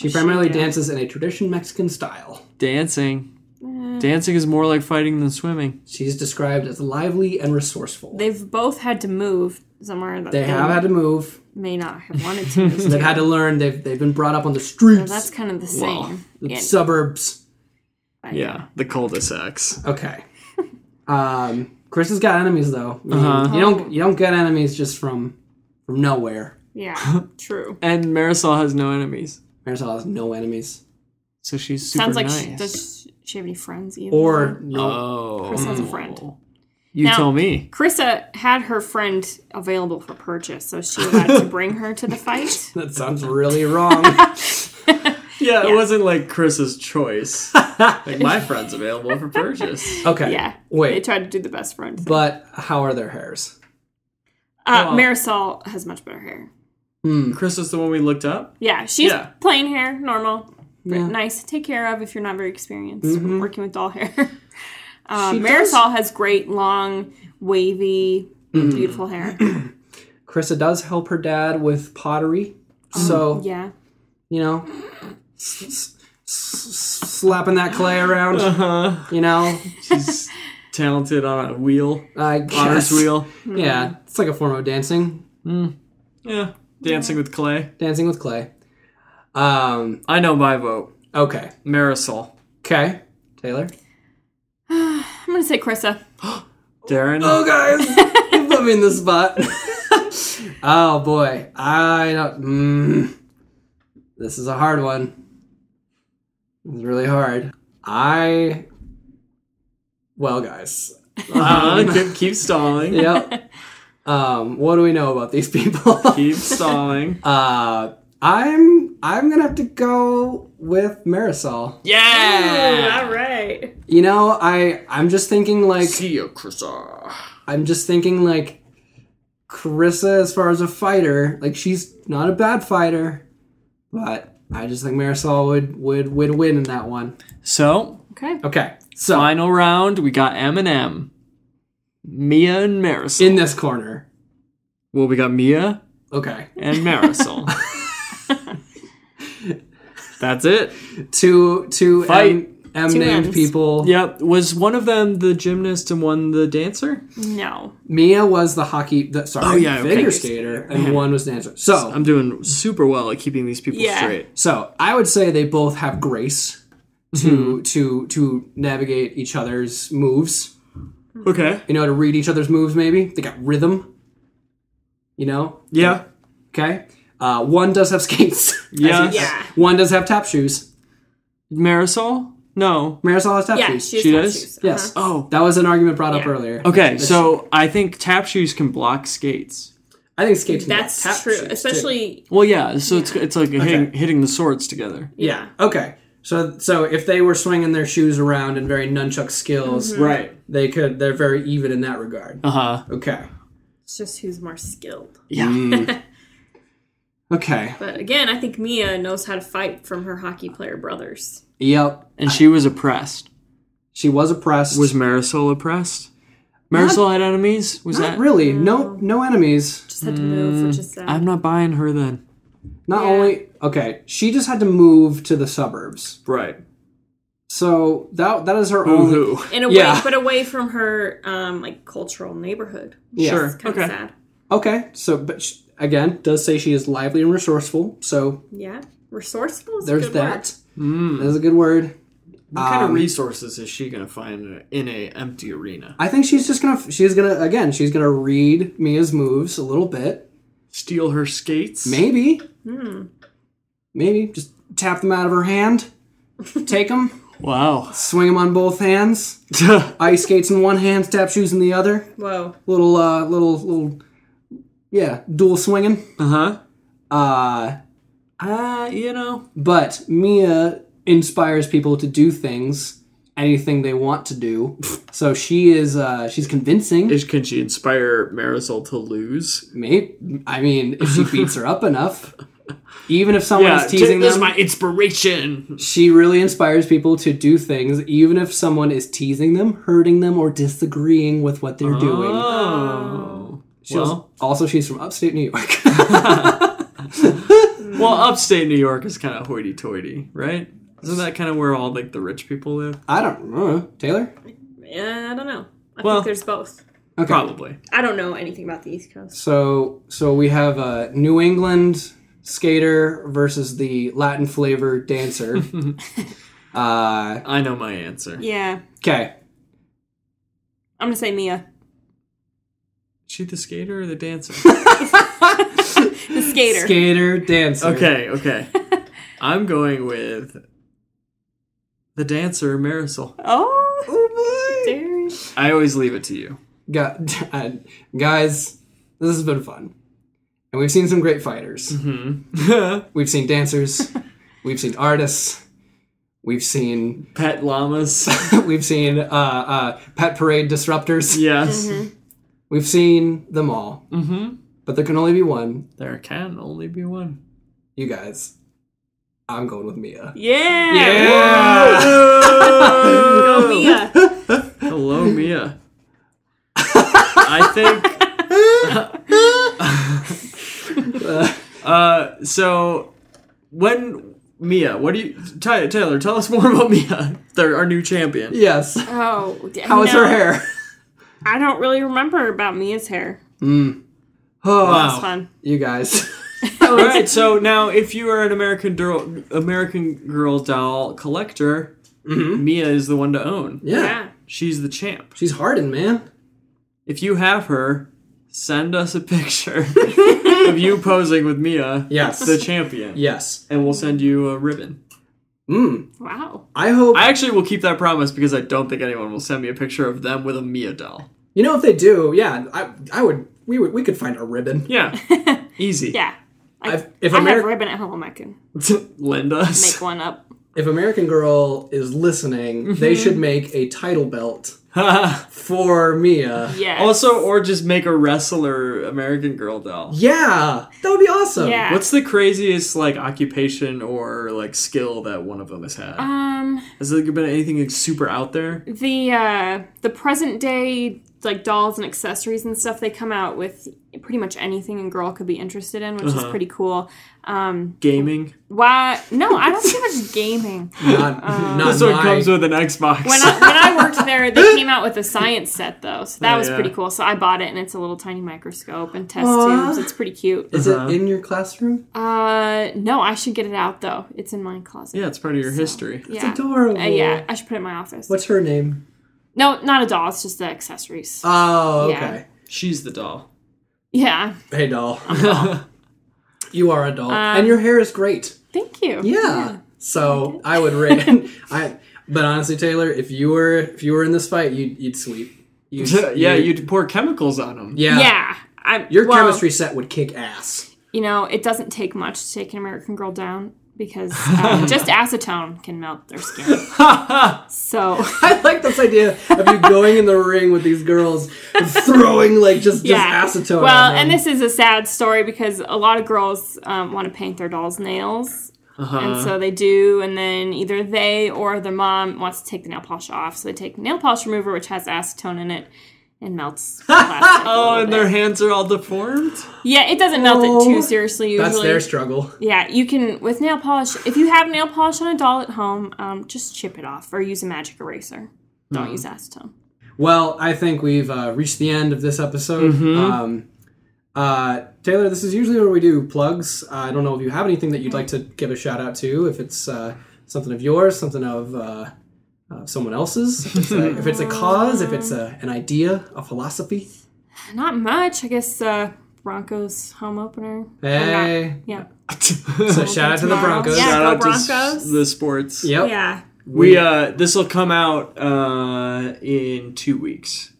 She primarily
did.
dances in a tradition Mexican style.
Dancing.
she? Eh.
Dancing is more like fighting than swimming.
She's described as lively and resourceful. They,
They've both had to move somewhere that they
have had to move.
may not have wanted to. move
They've
to.
had to learn. They've they've been brought up on the
So
streets,
that's kind of the
Well,
same.
the
Yeah,
suburbs.
I-
Yeah, the cul-de-sacs.
Okay. um, Chris has got enemies though. I mean,
Uh-huh.
You don't you don't get enemies just from from nowhere.
Yeah. True.
And Marisol has no enemies,
Marisol has no enemies,
so she's super
Sounds like
nice.
she does. She have any friends either?
or no.
oh,
Chris has a friend.
You
Now-
tell me.
Krista had her friend available for purchase, so she allowed to bring her to the fight.
that sounds really wrong.
Yeah, it wasn't like Chris's choice. like my friend's available for purchase.
Okay.
Yeah. They
Wait.
tried to do the best friend. thing.
But how are their hairs?
Uh,
Well-
Marisol has much better hair.
Chris is the one we looked up.
Yeah, she's
Yeah.
plain hair, normal, but
Yeah.
nice to take care of if you're not very experienced working with doll hair. Uh,
She
Marisol has great, long, wavy, beautiful hair.
Carissa does help her dad with pottery, so
yeah,
you know, s- s- s- slapping that clay around.
Uh-huh.
You know,
She's talented on a wheel,
I
potter's
guess.
wheel.
Yeah, it's like a form of dancing,
Yeah, dancing with clay.
dancing with clay. Um.
I know my vote.
Okay.
Marisol.
Okay. Taylor.
I'm gonna say Krista.
Darren.
Oh, guys, you put me in the spot. oh boy, I don't. Mm, this is a hard one. It's really hard. I. Well, guys.
Uh, keep, keep stalling.
Yep. um, what do we know about these people?
Keep stalling.
uh, I'm I'm gonna have to go with Marisol.
Yeah.
All right.
You know, I I'm just thinking like
See you, Krissa.
I'm just thinking like Carissa as far as a fighter, like she's not a bad fighter, but I just think Marisol would would would win in that one.
So
Okay.
Okay. So
final round, we got Eminem, Mia and Marisol.
in this corner.
well, we got Mia
Okay.
and Marisol. That's it.
Two two
Fight.
M,
Two
named
Ms.
people.
Yep. Was one of them the gymnast and one the dancer?
No.
Mia was the hockey the, sorry,
Oh, yeah, okay. um,
figure skater and one was dancer. So
I'm doing super well at keeping these people
Yeah.
straight.
So I would say they both have grace to
Mm-hmm.
to to navigate each other's moves.
Okay.
You know, to read each other's moves. Maybe they got rhythm. You know,
Yeah.
okay. Uh, one does have skates. as you
Yeah.
said.
Yeah.
One does have tap shoes.
Marisol? No.
Marisol has tap
Yeah,
shoes.
she, has
She
tap
does?
shoes.
yes.
Uh-huh.
Oh.
That was an argument brought up
Yeah.
earlier.
Okay,
That's-
so I think tap shoes can block skates.
I think skates. can block
That's
tap
true,
shoes, too.
especially
Well, yeah, so it's it's like hitting, hitting the swords together.
yeah.
Okay, so so if they were swinging their shoes around in very nunchuck skills,
Right.
they could. They're very even in that regard.
Uh huh.
Okay.
It's just who's more skilled.
Yeah.
Okay.
But again, I think Mia knows how to fight from her hockey player brothers.
Yep.
And she was oppressed.
She was oppressed.
Was Marisol oppressed? Marisol had enemies? Was
Not
that?
really. No, no enemies.
Just had to
Mm,
move, which is sad.
I'm not buying her then.
Not
Yeah.
only okay, she just had to move to the suburbs.
Right.
So that that is her only.
Ooh.
In a way,
Yeah.
but away from her um, like cultural neighborhood.
Yeah.
Sure.
Kind
Okay.
of sad.
Okay. So, but sh again, does say she is lively and resourceful. So
Yeah. Resourceful is a
there's
good word.
that. That's a good word.
What kind of
Um,
resources is she gonna find in a, in a empty arena?
I think she's just gonna. She's gonna again. She's gonna read Mia's moves a little bit.
Steal her skates?
Maybe. Maybe just tap them out of her hand. Take them.
Wow.
Swing them on both hands. Ice skates in one hand, tap shoes in the other.
Whoa.
little uh little little yeah dual swinging
uh-huh.
uh
Uh, you know.
but mia inspires people to do things anything they want to do so she is uh she's convincing
Is, can she inspire Marisol to lose?
May i mean if she beats her up enough even if someone is
t-
teasing
this
them
is my inspiration.
she really inspires people to do things even if someone is teasing them hurting them or disagreeing with what they're doing
Oh.
She was-
well.
also she's from upstate new york
Well, upstate New York is kind of hoity-toity, right? Isn't that kind of where all like the rich people live?
i don't know taylor
Yeah, I don't know. I
Well-
think there's both.
okay
Probably.
I don't know anything about the East Coast.
So so we have a New England skater versus the Latin flavor dancer. uh,
I know my answer.
Yeah.
okay,
I'm gonna say Mia.
Is she the skater or the dancer?
The skater.
skater dancer.
okay, okay. I'm going with the dancer Marisol.
oh
Oh boy.
Darren.
I always leave it to you.
Gu- uh, guys, this has been fun, and we've seen some great fighters.
Mm-hmm.
We've seen dancers. we've seen artists. We've seen
Pet llamas.
we've seen uh, uh, pet parade disruptors.
yes.
We've seen them all. Mm-hmm. But there can only be one.
There can only be one.
You guys. I'm going with Mia.
Yeah.
Yeah.
Go Mia.
Hello, Mia. I think. uh, so, when Mia, what do you, Ty, Taylor? Tell us more about Mia, their, our new champion.
Yes.
Oh, d-
How is
no.
her hair?
I don't really remember about Mia's hair.
Oh,
That's fun.
You guys.
All right. So now, if you are an American Girl, American Girl doll collector, Mia is the one to own.
Yeah.
Yeah.
She's the champ.
She's hardened, man.
If you have her, send us a picture of you posing with Mia,
Yes.
the champion.
yes.
and we'll send you a ribbon.
Wow.
I hope.
I actually will keep that promise because I don't think anyone will send me a picture of them with a Mia doll.
you know, if they do, yeah, I, I would. We would. We could find a ribbon.
Yeah, easy.
Yeah. I,
I've- if
I have
Ameri-
ribbon at home. I can
lend us.
make one up.
If American Girl is listening, they
Mm-hmm.
should make a title belt for Mia.
Yeah.
also, or just make a wrestler American Girl doll.
Yeah, that would be awesome.
Yeah.
What's the craziest like occupation or like skill that one of them has had?
um
Has there been anything like, super out there?
the uh the present day like dolls and accessories and stuff they come out with pretty much anything a girl could be interested in, which
Uh-huh.
is pretty cool. Um
Gaming.
why no, I don't see much gaming.
Not, not
Um,
This one
my-
comes with an Xbox.
When I, when I worked there, they came out with a science set though, so that
Oh,
was
yeah.
pretty cool. So I bought it, and it's a little tiny microscope and test
Aw.
tubes. It's pretty cute.
Is it in your classroom?
Uh, no, I should get it out though. It's in my closet.
yeah, it's part of your history.
yeah.
It's adorable.
Uh, yeah, I should put it in my office.
What's her name?
no, not a doll. It's just the accessories.
Oh,
Yeah.
okay.
She's the doll.
yeah,
Hey, doll.
Um,
you are a doll, and your hair is great.
thank you.
Yeah. So I would rate. I but honestly, Taylor, if you were if you were in this fight, you'd you'd sweep. You'd,
yeah, you'd pour chemicals on them.
yeah.
Yeah. I,
Your
well,
chemistry set would kick ass.
You know, it doesn't take much to take an American girl down because um, just acetone can melt their skin. so
I like this idea of you going in the ring with these girls, and throwing like just
yeah.
just acetone.
well,
on them.
and this is a sad story because a lot of girls um, want to paint their dolls' nails.
Uh-huh.
And so they do, and then either they or their mom wants to take the nail polish off, so they take nail polish remover, which has acetone in it, and melts. plastic a
Oh,
little
and
bit.
their hands are all deformed.
yeah, it doesn't melt it
Oh,
too seriously. Usually,
that's their struggle.
yeah, you can with nail polish. If you have nail polish on a doll at home, um, just chip it off or use a magic eraser. Don't use acetone.
Well, I think we've uh, reached the end of this episode. Um, uh, Taylor, this is usually where we do plugs. Uh, I don't know if you have anything that you'd like to give a shout out to. If it's uh, something of yours, something of uh, uh, someone else's. If it's, a, if it's a cause, if it's a, an idea, a philosophy.
Not much, I guess. Uh, Broncos home opener.
Hey.
Yeah.
So shout out to the
tomorrow.
Broncos.
Yeah.
Shout
go
out to s-
Broncos.
the sports.
Yep.
Oh, Yeah.
We uh, this will come out uh in two weeks.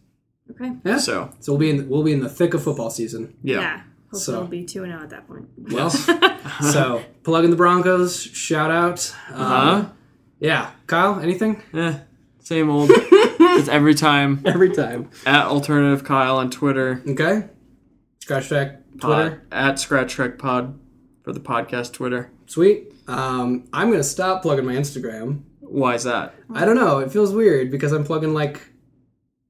Okay.
Yeah. So
So
we'll be in we'll be in the thick of football season.
yeah.
Hopefully
So- it'll
be 2 and 0 at that point.
Well, so plug in the Broncos. Shout out. Um,
Huh?
Yeah, Kyle. Anything?
Eh, same old. it's every time
Every time.
at alternative Kyle on Twitter,
Okay. Scratch Track
pod-
Twitter.
at Scratch Trek Pod for the podcast Twitter.
Sweet. Um, I'm gonna stop plugging my Instagram.
Why is that?
I don't know. It feels weird because I'm plugging like.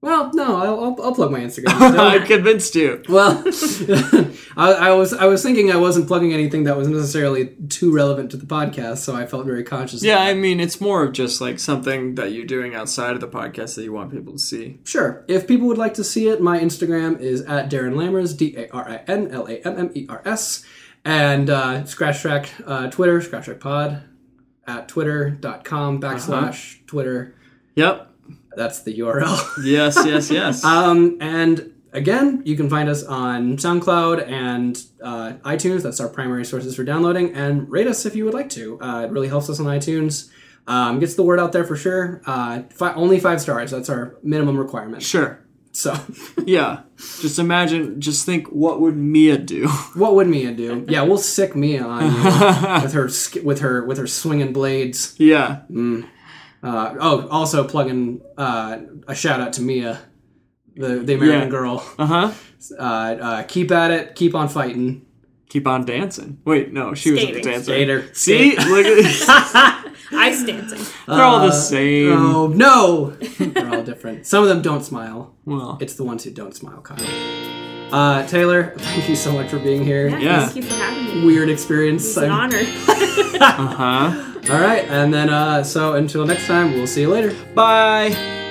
Well, no, I'll, I'll, I'll plug my Instagram.
I
still.
convinced you.
well, I, I was I was thinking I wasn't plugging anything that was necessarily too relevant to the podcast, so I felt very conscious. of
Yeah,
that.
I mean it's more of just like something that you're doing outside of the podcast that you want people to see.
Sure. If people would like to see it, my Instagram is at Darren Lammers, D A R I N L A M M E R S, and uh, Scratch Track uh, Twitter, Scratch Track Pod, at twitter.com backslash Twitter.
Yep.
That's the URL.
Yes. Yes. Yes.
Uh,
um, and again, you can find us on SoundCloud and uh, iTunes. That's our primary sources for downloading. And rate us if you would like to. Uh, it really helps us on iTunes. Um, gets the word out there for sure. Uh, fi- only five stars. That's our minimum requirement.
sure.
So.
Yeah. Just imagine, just think what would Mia do?
What would Mia do? Yeah, we'll sick Mia on you with her sk- with her with her swinging blades.
yeah.
Uh, oh, also plugging uh, a shout out to Mia. the, the
Yeah.
American Girl.
Uh huh.
Uh, uh, keep at it, keep on fighting.
Keep on dancing. Wait, no, she was
Skating.
a dancer.
Skater.
See, look at these.
Ice dancing.
They're all the same.
Oh no, they're all different. Some of them don't smile.
Well,
It's the ones who don't smile, Kyle. Uh, Taylor, thank you so much for being here.
Yeah.
Thank you for having me.
Weird experience.
It's an
I'm-
honor.
uh huh. uh-huh.
All right, and then uh, so until next time, we'll see you later.
Bye.